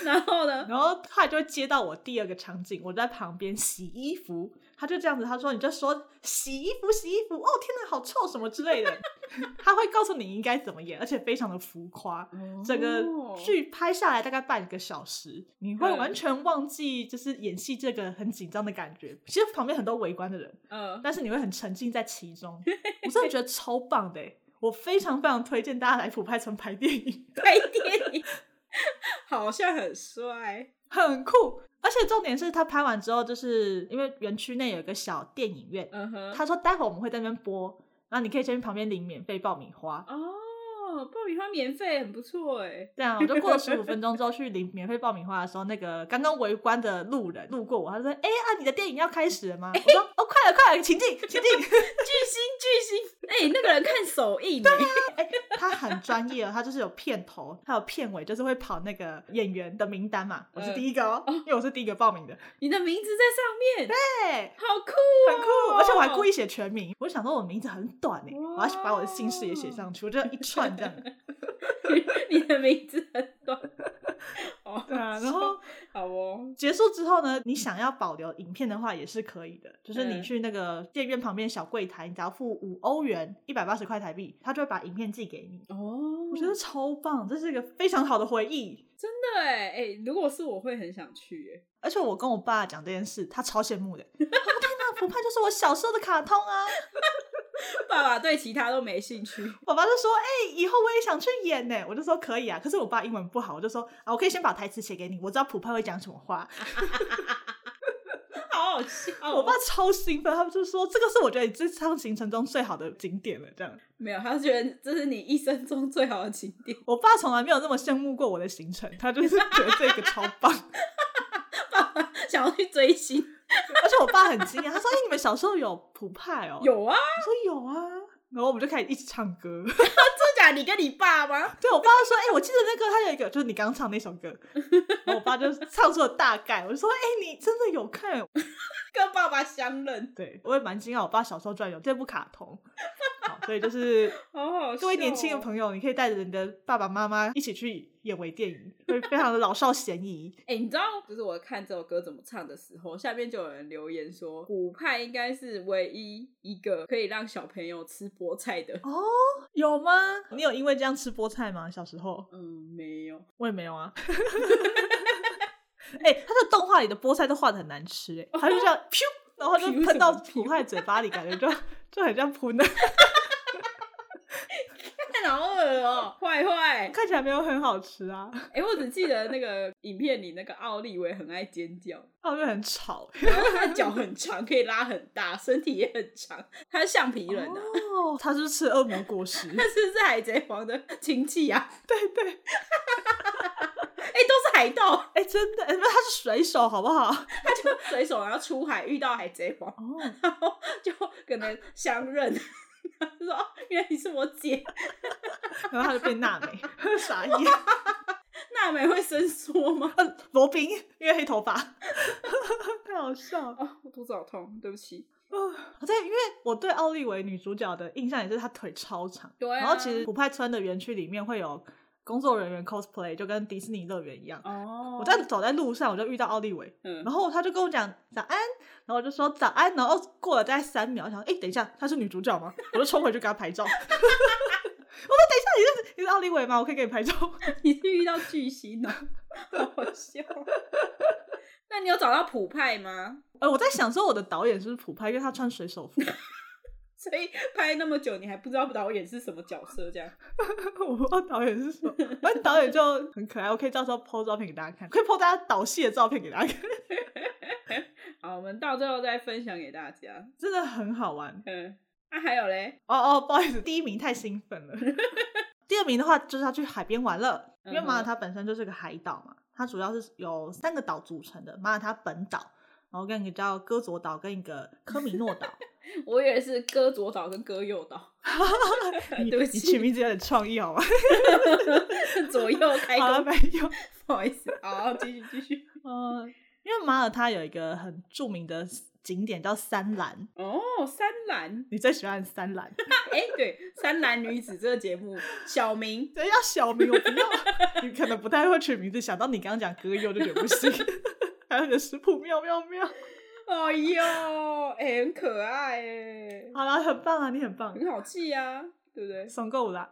Speaker 2: 然后呢？
Speaker 3: 然后后来就会接到我第二个场景，我在旁边洗衣服，他就这样子，他说你就说洗衣服洗衣服，哦天哪，好臭什么之类的， 他会告诉你应该怎么演，而且非常的浮夸。哦整个剧拍下来大概半个小时，你会
Speaker 2: 哦嗯
Speaker 3: 完全忘记就是演戏这个很紧张的感觉。其实旁边很多围观的人，
Speaker 2: 嗯，
Speaker 3: 但是你会很沉浸在其中。我真的觉得超棒的欸，我非常非常推荐大家来普派村拍电影。
Speaker 2: 拍电 影好像很帅，
Speaker 3: 很酷。而且重点是他拍完之后，就是因为园区内有一个小电影院，
Speaker 2: 嗯哼，
Speaker 3: 他说待会我们会在那边播，然后你可以先去旁边领免费爆米花。
Speaker 2: 哦，爆米花免费，很不错哎，
Speaker 3: 这样，我就过了十五分钟之后去领免费爆米花的时候，那个刚刚围观的路人路过我，他就说：“哎、啊，你的电影要开始了吗？”我说：“哦，快了，快了，请进，请 进。
Speaker 2: 巨星巨星，哎、那个人看手印
Speaker 3: 啊
Speaker 2: 欸，
Speaker 3: 哎他很专业哦，他就是有片头，还有片尾，就是会跑那个演员的名单嘛。我是
Speaker 2: 嗯
Speaker 3: 第一个哦，因为我是第一个报名的。
Speaker 2: 你的名字在上面，
Speaker 3: 对，
Speaker 2: 好酷、哦
Speaker 3: 很酷，而且我还故
Speaker 2: 意，
Speaker 3: 意写全名。我想说我名字很短哎、我要把我的姓氏也写上去，我就一串这样。
Speaker 2: 你的名字很短，哦，
Speaker 3: 对啊，然后
Speaker 2: 好哦，
Speaker 3: 结束之后呢，你想要保留影片的话也是可以的，就是你
Speaker 2: 嗯
Speaker 3: 去那个电影院旁边小柜台，你只要付五欧元，一百八十块台币，他就会把影片寄给你。
Speaker 2: 哦
Speaker 3: 我觉得超棒，这是一个非常好的回忆。
Speaker 2: 真的哎、哎、如果是我会很想去哎、
Speaker 3: 而且我跟我爸讲这件事，他超羡慕的。他说天哪，不怕就是我小时候的卡通啊！
Speaker 2: 爸爸对其他都没兴 趣，
Speaker 3: 我爸就说：“哎、以后我也想去演呢。”我就说：“可以啊。”可是我爸英文不好，我就说：“啊，我可以先把台词写给你，我知道普派会讲什么话。
Speaker 2: 好好笑哦、
Speaker 3: 我爸超兴奋，他就说：“这个是我觉得你这趟行程中最好的景点了。”这样，
Speaker 2: 没有，他觉得这是你一生中最好的景点。
Speaker 3: 我爸从来没有那么羡慕过我的行程，他就是觉得这个超棒。
Speaker 2: 想要去追星，
Speaker 3: 而且我爸很惊讶，他说：“哎、你们小时候有普派哦？”，
Speaker 2: 有啊，
Speaker 3: 我说有啊。然后我们就开始一起唱歌。
Speaker 2: 真假？你跟你爸吗？
Speaker 3: 对我爸就说：“哎、我记得那个，他有一个，就是你刚刚唱那首歌。”然后我爸就唱出了大概。我就说：“哎、你真的有看？
Speaker 2: 跟爸爸相认，
Speaker 3: 对，我也蛮惊讶，我爸小时候居然有这部卡 通。好，哦所以就是
Speaker 2: 好哦好、
Speaker 3: 各位年轻的朋
Speaker 2: 友，
Speaker 3: 友，你可以带着你的爸爸妈妈一起去演微电影，会非常的老少咸宜。
Speaker 2: 哎、你知道，就是我看这首歌怎么唱的时候，下面就有人留言说，古派应该是唯一一个可以让小朋友吃菠菜的。
Speaker 3: 哦， 有吗？ 你有因为这样吃菠菜吗？小时候
Speaker 2: 嗯，没有，
Speaker 3: 我也没有啊。哎、他的动画里的菠菜都画的很难吃、哎，他就 这样噗，然后就
Speaker 2: 噗
Speaker 3: 喷到
Speaker 2: 什么
Speaker 3: 腐坏嘴巴里，感觉就就很像噗呢。
Speaker 2: 看看好恶哦、坏坏。
Speaker 3: 看起来没有很好吃啊，
Speaker 2: 哎、我只记得那个影片里那个奥利维很爱尖叫，
Speaker 3: 哦，就很吵。
Speaker 2: 然后他的脚很长，可以拉很大，身体也很长，他是橡皮人啊。
Speaker 3: 哦，他是不是吃恶魔果 实，
Speaker 2: 他是不是海贼王的亲戚啊？
Speaker 3: 对对，
Speaker 2: 哎、都是海盗，
Speaker 3: 哎、真的，哎、不是他是水手好不好？
Speaker 2: 他就水手，然后出海遇到海贼王，
Speaker 3: 哦，
Speaker 2: 然后就可能相认， 然后就说哦原来你是我姐，
Speaker 3: 然后他就变娜美，傻眼。
Speaker 2: 娜美会伸缩吗？
Speaker 3: 呃，罗宾因为黑头发， 太好笑了。
Speaker 2: 哦，我肚子好痛，对不起。
Speaker 3: 好像因为我对奥利维女主角的印象也是她腿超长，
Speaker 2: 对啊
Speaker 3: 然后其实普派村的园区里面会有工作人员 cosplay，就跟迪士尼乐园一样。
Speaker 2: 哦
Speaker 3: 我在走在路上，我就遇到奥利维，
Speaker 2: 嗯
Speaker 3: 然，后他就跟我讲早安，然后我就说早安，然后过了大概三秒，我想哎、诶等一下，她是女主角吗？我就冲回去给她拍照。我说 等一下，你是你是奥利维吗？我可以给你拍照吗。
Speaker 2: 你是遇到巨星哦， 好好笑。 那你有找到普派吗？
Speaker 3: 呃，我在想说我的导演是不是普派，因为他穿水手服，
Speaker 2: 所以拍那么久，你还不知道导演是什么角色，这样
Speaker 3: 我不知道导演是什么，反正导演就很可爱，我可以到时候 PO 照片给大家看，可以 PO 大家导戏的照片给大家看，
Speaker 2: 好，我们到最后再分享给大家。
Speaker 3: 真的很好玩。
Speaker 2: 嗯，那、还有嘞，
Speaker 3: 哦哦，不好意思，第一名太兴 奋了。第二名的话就是要去海边玩了，
Speaker 2: 嗯
Speaker 3: 因为马耳他本身就是个海岛嘛，它主要是由三个岛组成的，马耳他本岛，然后跟一个叫哥佐岛跟一个科米诺岛。
Speaker 2: 我以为是割左岛跟割右 岛，
Speaker 3: 你
Speaker 2: 对不
Speaker 3: 你
Speaker 2: 起
Speaker 3: 取名字有点创意好吗？
Speaker 2: 左右开
Speaker 3: 好了，啊
Speaker 2: 割，
Speaker 3: 没有。
Speaker 2: 不好意思，好，继续继续。
Speaker 3: 嗯，因为马耳他有一个很著名的景点叫三兰，
Speaker 2: 哦，三蓝，
Speaker 3: 你最喜欢三兰？
Speaker 2: 哎、对，三蓝女子这个节目，小明，
Speaker 3: 等一下，小名我不要， 你可能不太会取名字，想到你刚刚讲歌佑就觉得不行， 还有你的食谱妙妙妙，
Speaker 2: 哎呦，哎、很可爱哎，
Speaker 3: 好啦，很棒啊，你很棒，
Speaker 2: 很好记啊，对不对？
Speaker 3: 送够啦。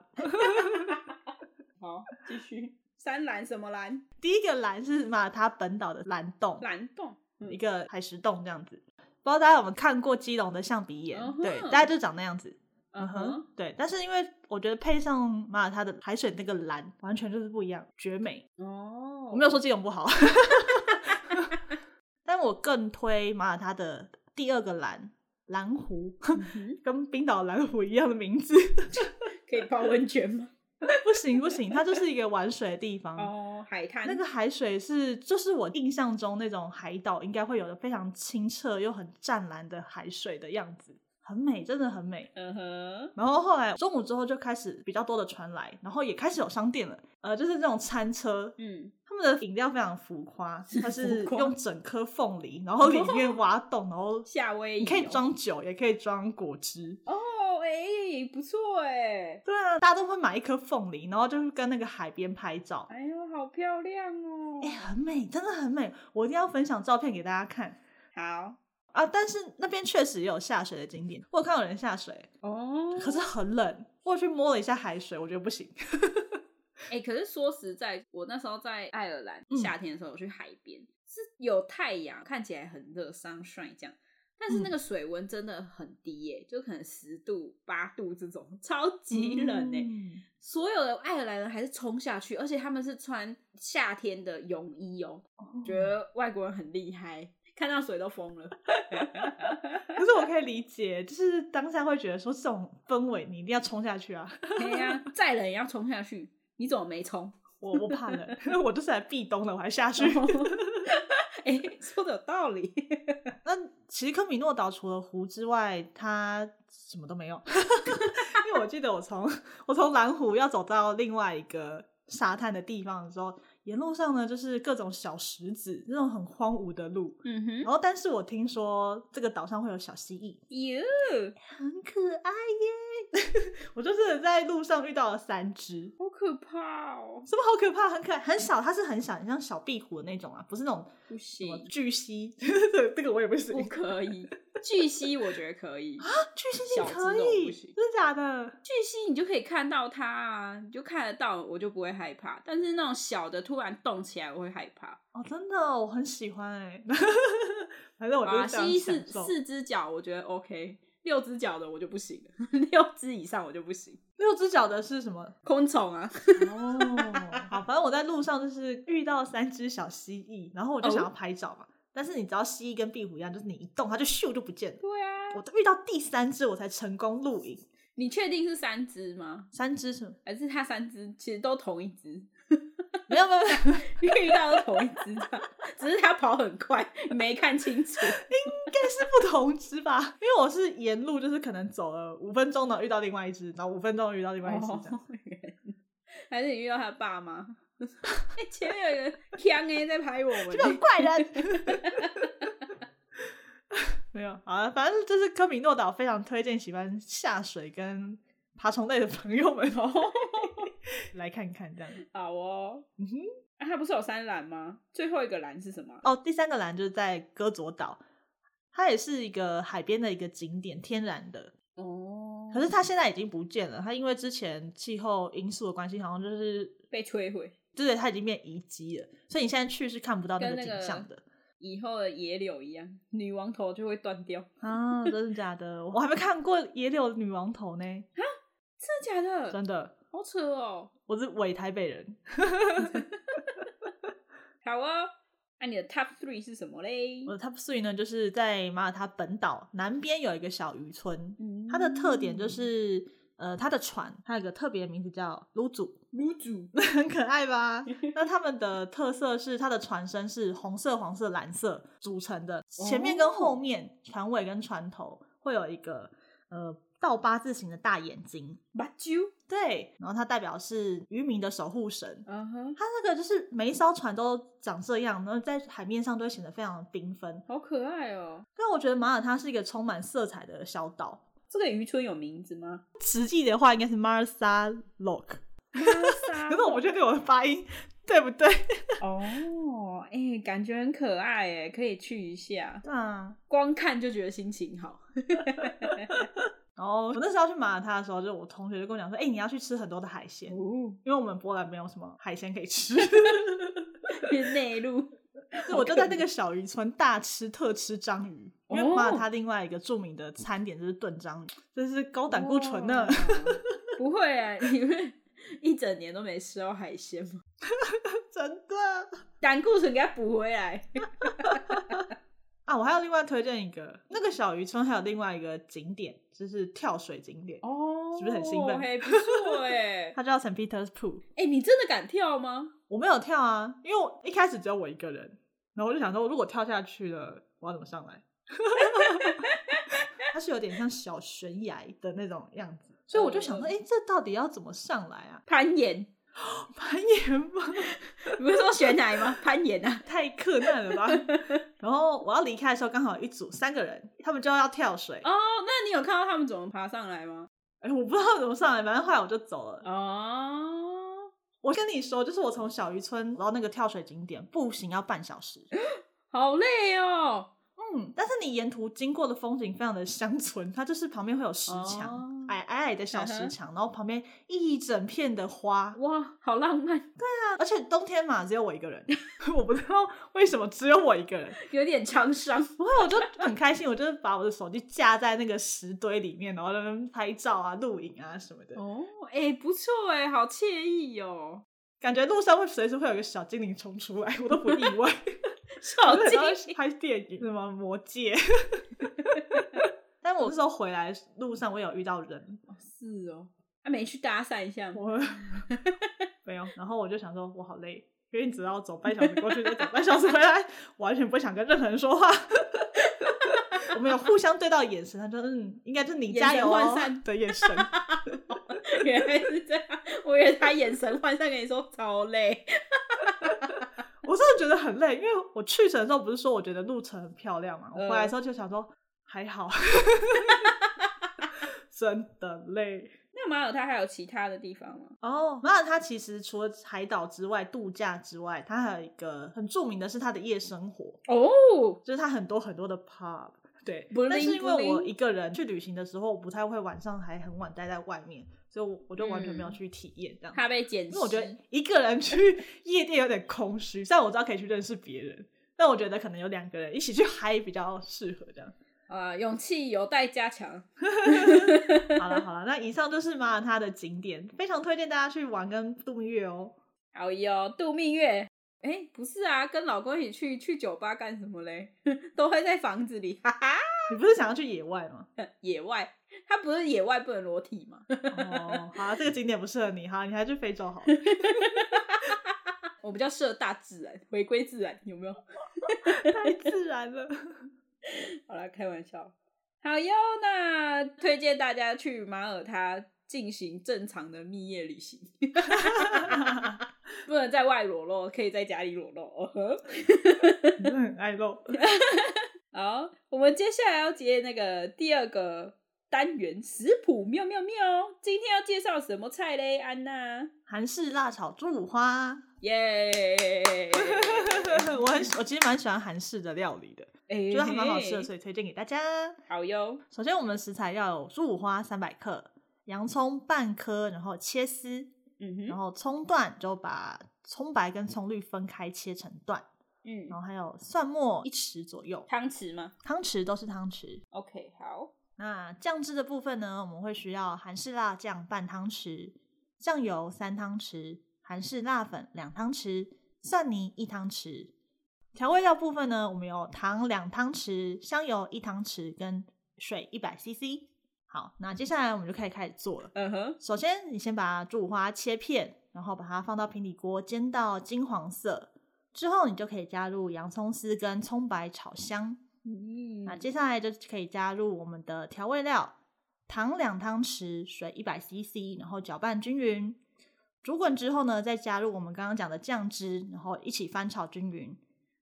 Speaker 2: 好，继续。三蓝什么蓝？
Speaker 3: 第一个蓝是马他本岛的蓝洞，
Speaker 2: 蓝洞。嗯
Speaker 3: 一个海石洞这样子，不知道大家有没有看过基隆的象鼻岩
Speaker 2: 嗯哼
Speaker 3: 对，大家就长那样子。
Speaker 2: 嗯哼，，
Speaker 3: 对，但是因为我觉得配上马耳他的海水那个蓝，完全就是不一样，绝美。
Speaker 2: 哦，
Speaker 3: 我没有说基隆不好， 但我更推马耳他的第二个蓝蓝湖，
Speaker 2: 嗯哼
Speaker 3: 跟冰岛蓝湖一样的名字，
Speaker 2: 可以泡温泉吗？
Speaker 3: 不行不行，它就是一个玩水的地方。
Speaker 2: 哦，海滩
Speaker 3: 那个海水是，就是我印象中那种海岛应该会有的非常清澈又很湛蓝的海水的样子，很美，真的很美。
Speaker 2: 嗯哼，
Speaker 3: 然后后来中午之后就开始比较多的船来，然后也开始有商店了，呃，就是这种餐车，
Speaker 2: 嗯，
Speaker 3: 他们的饮料非常浮夸，它是
Speaker 2: 浮夸哦
Speaker 3: 用整颗凤梨，然后里面挖洞，然后
Speaker 2: 夏威夷
Speaker 3: 你可以
Speaker 2: 哦
Speaker 3: 装酒，也可以装果汁，
Speaker 2: 哦，哎，不错哎，
Speaker 3: 对啊，大家都会买一颗凤梨，然后就是跟那个海边拍照，
Speaker 2: 哎呦，好漂亮哦
Speaker 3: 哎、！很美，真的很美，我一定要分享照片给大家看
Speaker 2: 好
Speaker 3: 啊！但是那边确实也有下水的景点，我有看到有人下水，
Speaker 2: 哦，
Speaker 3: 可是很冷，我去摸了一下海水，我觉得 不行。
Speaker 2: 哎、可是说实在，我那时候在爱尔兰
Speaker 3: 嗯
Speaker 2: 夏天的时候，我去海边、是有太阳，看起来很热，sunshine 这样，但是那
Speaker 3: 嗯
Speaker 2: 个水温真的很低耶、就可能十度、八度这种，超级冷哎、
Speaker 3: 嗯
Speaker 2: 所有的爱尔兰人还是冲下去，而且他们是穿夏天的泳衣哦、觉得外国人很厉害，看到水都疯了。
Speaker 3: 可是我可以理解，就是当下会觉得说这种氛围你一定要冲下去啊！
Speaker 2: 哎呀，再冷也要冲下去，你怎么没冲？
Speaker 3: 我我怕冷， 我就是来避冬的，我还下去。
Speaker 2: 嗯哎、说的有道理。
Speaker 3: 那其实科米诺岛除了湖之外，它什么都没有，因为我记得我从我从蓝湖要走到另外一个沙滩的地方的时候，沿路上呢就是各种小石子，那种很荒芜的路。
Speaker 2: 嗯哼
Speaker 3: 然，后，但是我听说这个岛上会有小蜥蜴，
Speaker 2: 哟，
Speaker 3: 很可爱耶！ 我就是在路上遇到了三只，
Speaker 2: 好可怕哦！
Speaker 3: 什么好可怕，很可爱，很小，它是很小，很像小壁虎的那种啊，不是那种
Speaker 2: 不
Speaker 3: 什么
Speaker 2: 行，
Speaker 3: 巨蜥， 这这个我也不行。
Speaker 2: 不可以。巨蜥我觉得可以，
Speaker 3: 巨猩
Speaker 2: 小
Speaker 3: 猩
Speaker 2: 只
Speaker 3: 可
Speaker 2: 那种
Speaker 3: 以，
Speaker 2: 不
Speaker 3: 真
Speaker 2: 行
Speaker 3: 的假的？
Speaker 2: 啊巨蜥你就可以看到它啊，你就看得到，我就不会害怕。但是那种小的突然动起来，我会害怕。
Speaker 3: 哦，真的，我 很喜欢哎、反正我就
Speaker 2: 啊，
Speaker 3: 是这样
Speaker 2: 蜥蜴四
Speaker 3: 享受
Speaker 2: 四只脚，我觉得 OK。六只脚的我就不行了， 六只以上我就不行。
Speaker 3: 六只脚的是什么？
Speaker 2: 昆虫啊，
Speaker 3: 哦，好，反正我在路上就是遇到三只小蜥蜴，然后我就想要拍照嘛。但是你知道蜥蜴跟壁虎一样，就是你一动它就咻就不见了。
Speaker 2: 对啊，
Speaker 3: 我遇到第三只我才成功录影，
Speaker 2: 你确定是三只吗？
Speaker 3: 三只什么？
Speaker 2: 还是它三只其实都同一只？
Speaker 3: 没有没有没有，应
Speaker 2: 遇到都同一只这样，只是它跑很快，没看清楚。
Speaker 3: 该是不同只吧？ 因为我是沿路就是可能走了五分钟，然后遇到另外一只，然后五分钟又遇到另外一只这样。
Speaker 2: 哦原来还是你遇到他爸妈？ 哎、前面有一个枪哎在拍我们
Speaker 3: 这，个怪人。 没有，好了，反正就是科米诺岛非常推荐喜欢下水跟爬虫类的朋友们 哦，来看看这样。
Speaker 2: 好哦。
Speaker 3: 嗯哼，
Speaker 2: 啊，它不是有三栏吗？最后一个栏是什么？
Speaker 3: 哦，第三个栏就是在哥佐岛，它也是一个海边的一个景点，天然的。
Speaker 2: 哦
Speaker 3: 可是它现在已经不见了，它因为之前气候因素的关系，好像就是
Speaker 2: 被摧毁，
Speaker 3: 对它已经变遗迹了，所以你现在去是看不到那
Speaker 2: 跟
Speaker 3: 个
Speaker 2: 那
Speaker 3: 景
Speaker 2: 个
Speaker 3: 象 的。
Speaker 2: 以后的野柳一样，女王头就会断掉。
Speaker 3: 啊，真的假的？我还没看过野柳女王头呢，
Speaker 2: 真的假的？
Speaker 3: 真的。
Speaker 2: 好扯哦。
Speaker 3: 我是伪台北人，
Speaker 2: 好哦，那、你的 top three 是什么嘞？
Speaker 3: 我的 top three 呢，呃就是在马耳他本岛南边有一个小渔村，
Speaker 2: 嗯
Speaker 3: 它的特点就是，呃，它的船它有一个特别的名字叫卢祖，
Speaker 2: 卤煮，
Speaker 3: 很可爱 吧？那他们的特色是它的船身是红色、黄色、蓝色组成的，前面跟后面、船尾跟船头会有一个呃倒八字形的大眼睛，
Speaker 2: 把酒，
Speaker 3: 对，然后它代表是渔民的守护神，
Speaker 2: 嗯哼，
Speaker 3: 它那个就是每一艘船都长这样，然后在海面上都会显得非常缤纷。
Speaker 2: 好可爱哦。
Speaker 3: 但我觉得马耳他是一个充满色彩的小岛，
Speaker 2: 这个渔村有名字 吗？
Speaker 3: 实际的话应该是 Marsa Lock，
Speaker 2: 可
Speaker 3: 可是我不确定我的发音对不对。
Speaker 2: 哦，哎、感觉很可爱哎，可以去一下，
Speaker 3: 对啊，
Speaker 2: 光看就觉得心情好。
Speaker 3: 然后我那时候去马耳他的时候，就我同学就跟我讲说，哎、你要去吃很多的海鲜，
Speaker 2: 哦，
Speaker 3: 因为我们波兰没有什么海鲜可以 吃，
Speaker 2: 内陆，
Speaker 3: 所以我就在那个小渔村大吃特吃章鱼。因为马耳他另外一个著名的餐点就是炖章鱼，这是高 胆固醇啊呢。
Speaker 2: 哇。哦不会啊，你们一整年都没吃到海鲜吗？
Speaker 3: 真的
Speaker 2: 胆固醇给它补回来。
Speaker 3: 啊！我还有另外推荐一个，那个小渔村还有另外一个景点，就是跳水景点，
Speaker 2: 哦
Speaker 3: 是不是很兴奋
Speaker 2: 嘿，不错 哎。
Speaker 3: 它叫 St. Peter's Pool。
Speaker 2: 哎、你真的敢跳吗？
Speaker 3: 我没有跳啊，因为我一开始只有我一个人，然后我就想说，如果跳下去了，我要怎么上来？ 它是有点像小悬崖的那种样子，所以我就想
Speaker 2: 嗯
Speaker 3: 说，哎、这到底要怎么上来啊？
Speaker 2: 攀岩，
Speaker 3: 攀岩吗？
Speaker 2: 你不是说悬崖吗？攀岩啊。
Speaker 3: 太困难 了吧！然后我要离开的时候，刚好有一组三个人，他们就要跳水。
Speaker 2: 哦，那你有看到他们怎么爬上来吗？
Speaker 3: 哎、我不知道怎么上来，反正后来我就走了。
Speaker 2: 哦，
Speaker 3: 我跟你说，就是我从小渔村到那个跳水景点步行要半小时，
Speaker 2: 好累哦。
Speaker 3: 嗯，但是你沿途经过的风景非常的乡村，它就是旁边会有石墙，
Speaker 2: 哦
Speaker 3: 矮矮矮的小石墙，然后旁边一整片的花，
Speaker 2: 哇，好浪漫，
Speaker 3: 而且冬天嘛，只有我一个 人，我不知道为什么只有我一个人，
Speaker 2: 有点沧桑。
Speaker 3: 不过我就很开心，我就是把我的手机架在那个石堆里面，然后在那边拍照啊、录影啊什么的，
Speaker 2: 哦，哎、不错哎、好惬意 哦。
Speaker 3: 感觉路上会随时会有个小精灵冲出来，我都不意外。
Speaker 2: 小
Speaker 3: 我
Speaker 2: 精
Speaker 3: 那时候拍电影，什么《魔 戒》。 但我那时候回来路上，我有遇到人，
Speaker 2: 是哦，啊，没去搭讪一下吗？
Speaker 3: 我没有。然后我就想说，我好累，因为你只要走半小时过去，再走半小时回来，我完全不想跟任何人说话。 我们有互相对到眼神，他说：“嗯，应该就是你
Speaker 2: 眼
Speaker 3: 加
Speaker 2: 神
Speaker 3: 油、
Speaker 2: 涣
Speaker 3: 哦。
Speaker 2: 散”
Speaker 3: 的眼神，
Speaker 2: 原来是这样，我以为他眼神涣散，跟你说超累。
Speaker 3: 我真的觉得很累，因为我去程的时候不是说我觉得路程很漂亮嘛，我
Speaker 2: 嗯
Speaker 3: 回来的时候就 想说还好， 真的累。
Speaker 2: 那马耳他还有其他的地方吗？
Speaker 3: 哦，马耳他其实除了海岛之外、度假之外，它还有一个很著名的是它的夜生活，
Speaker 2: 哦，
Speaker 3: 就是它很多很多的 pub。对
Speaker 2: Bling，
Speaker 3: 但是因为我
Speaker 2: bling
Speaker 3: 一个人去旅行的时候，我不太会晚上还很晚待在外面，所以我我就完全没有
Speaker 2: 嗯
Speaker 3: 去体验这样子。
Speaker 2: 他被捡
Speaker 3: 因
Speaker 2: 尸。
Speaker 3: 为我觉得一个人去 夜店有点空虚，虽然我知道可以去认识别人，但我觉得可能有两个人一起去嗨比较适合这样。
Speaker 2: 呃，勇气有待加强。
Speaker 3: 好了好了，那以上就是马耳他的景点，非常推荐大家去玩跟度蜜月哦。
Speaker 2: 好哟，度蜜月。哎，不是啊，跟老公一起去去酒吧干什么嘞？ 都会在房子里，哈哈。
Speaker 3: 你不是想要去野外吗？
Speaker 2: 野外，它不是野外不能裸体吗？
Speaker 3: 哦，好啊，这个景点不适合你，哈，你还去非洲好了。
Speaker 2: 我比较适合大自然，回归自然，有没有？
Speaker 3: 太自然了。
Speaker 2: 好啦，开玩笑。好哟，那推荐大家去马耳他进行正常的蜜月旅 行，不能在外裸露，可以在家里裸露。哦呵
Speaker 3: 你真的很爱露。
Speaker 2: 好，我们接下来要接那个第二个单元食谱妙妙妙。今天要介绍什么菜嘞，安娜？
Speaker 3: 韩式辣炒猪五花，
Speaker 2: 耶、
Speaker 3: 我很喜我其实蛮喜欢韩式的料理的， 觉得还蛮好吃的，所
Speaker 2: 以
Speaker 3: 以推荐给大家。
Speaker 2: 哎好哟。
Speaker 3: 首先，我们食材要有猪五花三百克，洋葱半颗，然后切丝，
Speaker 2: 嗯
Speaker 3: 然
Speaker 2: 哼，
Speaker 3: 后葱段就把葱白跟葱绿分开切成段，
Speaker 2: 嗯，
Speaker 3: 然后还有蒜末一匙左右，
Speaker 2: 汤匙吗
Speaker 3: 汤匙都是汤匙。
Speaker 2: ？OK，好，
Speaker 3: 那酱汁的部分呢，我们会需要韩式辣酱半汤匙，酱油三汤匙，韩式辣粉两汤匙，蒜泥一汤匙。调味料部分呢，我们有糖两汤匙，香油一汤匙，跟水一百 CC。好，那接下来我们就可以开始做了。
Speaker 2: 嗯哼，
Speaker 3: 首先，你先把猪五花切片，然后把它放到平底锅煎到金黄色，之后你就可以加入洋葱丝跟葱白炒香。
Speaker 2: 嗯
Speaker 3: 那接下来就可以加入我们的调味料，糖两汤匙，水一百 CC，然后搅拌均匀。煮滚之后呢，再加入我们刚刚讲的酱汁，然后一起翻炒均匀。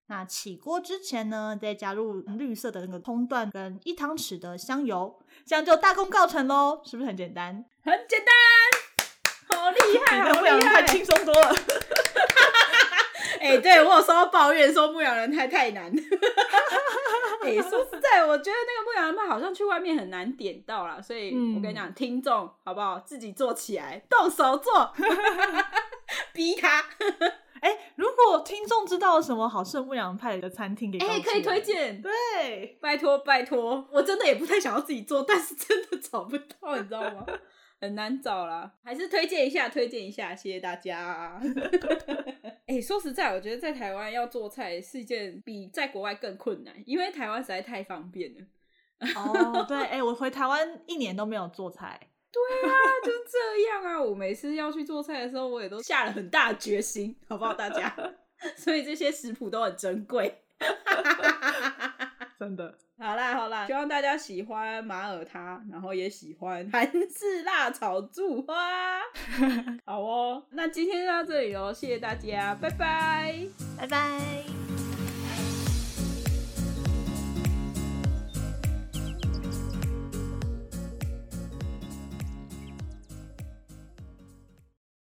Speaker 3: 那起锅之前呢，再加入绿色的那个葱段跟一汤匙的香油，这样就大功告成喽，是不是很简单？
Speaker 2: 很简单，好厉害，哎
Speaker 3: 比
Speaker 2: 好
Speaker 3: 牧羊
Speaker 2: 厉
Speaker 3: 人太
Speaker 2: 害！
Speaker 3: 轻松多了。
Speaker 2: 哎、对我有收到抱怨说牧羊人太太 难。哎、说实在，我觉得那个牧羊人派好像去外面很难点到啦，所以
Speaker 3: 嗯
Speaker 2: 我跟你讲，听众好不好，自己做起来，动手 做， 逼他。
Speaker 3: 哎、如果听众知道什么好吃的牧羊派的餐厅，给
Speaker 2: 哎、
Speaker 3: 告
Speaker 2: 可以
Speaker 3: 知我
Speaker 2: 推。荐，
Speaker 3: 对，
Speaker 2: 拜托拜托，我真的也不太想要自己做，但是真的找不到，你知道吗？很难找啦，还是推荐一下，推荐一下，谢谢大家。 哎、说实在，我觉得在台湾要做菜是一件比在国外更困难，因为台湾实在太方便了。
Speaker 3: 哦，对，哎、我回台湾一年都没有做菜，
Speaker 2: 啊，就这样啊！我每次要去做菜的时候，我也都下了很大的决心，好不好，大家？ 所以这些食谱都很珍贵。
Speaker 3: 真的。
Speaker 2: 好啦好啦，希望大家喜欢马耳他，然后也喜欢韩式辣炒猪 花。好哦，那今天就到这里喽，谢谢大家，拜拜。
Speaker 3: 拜拜。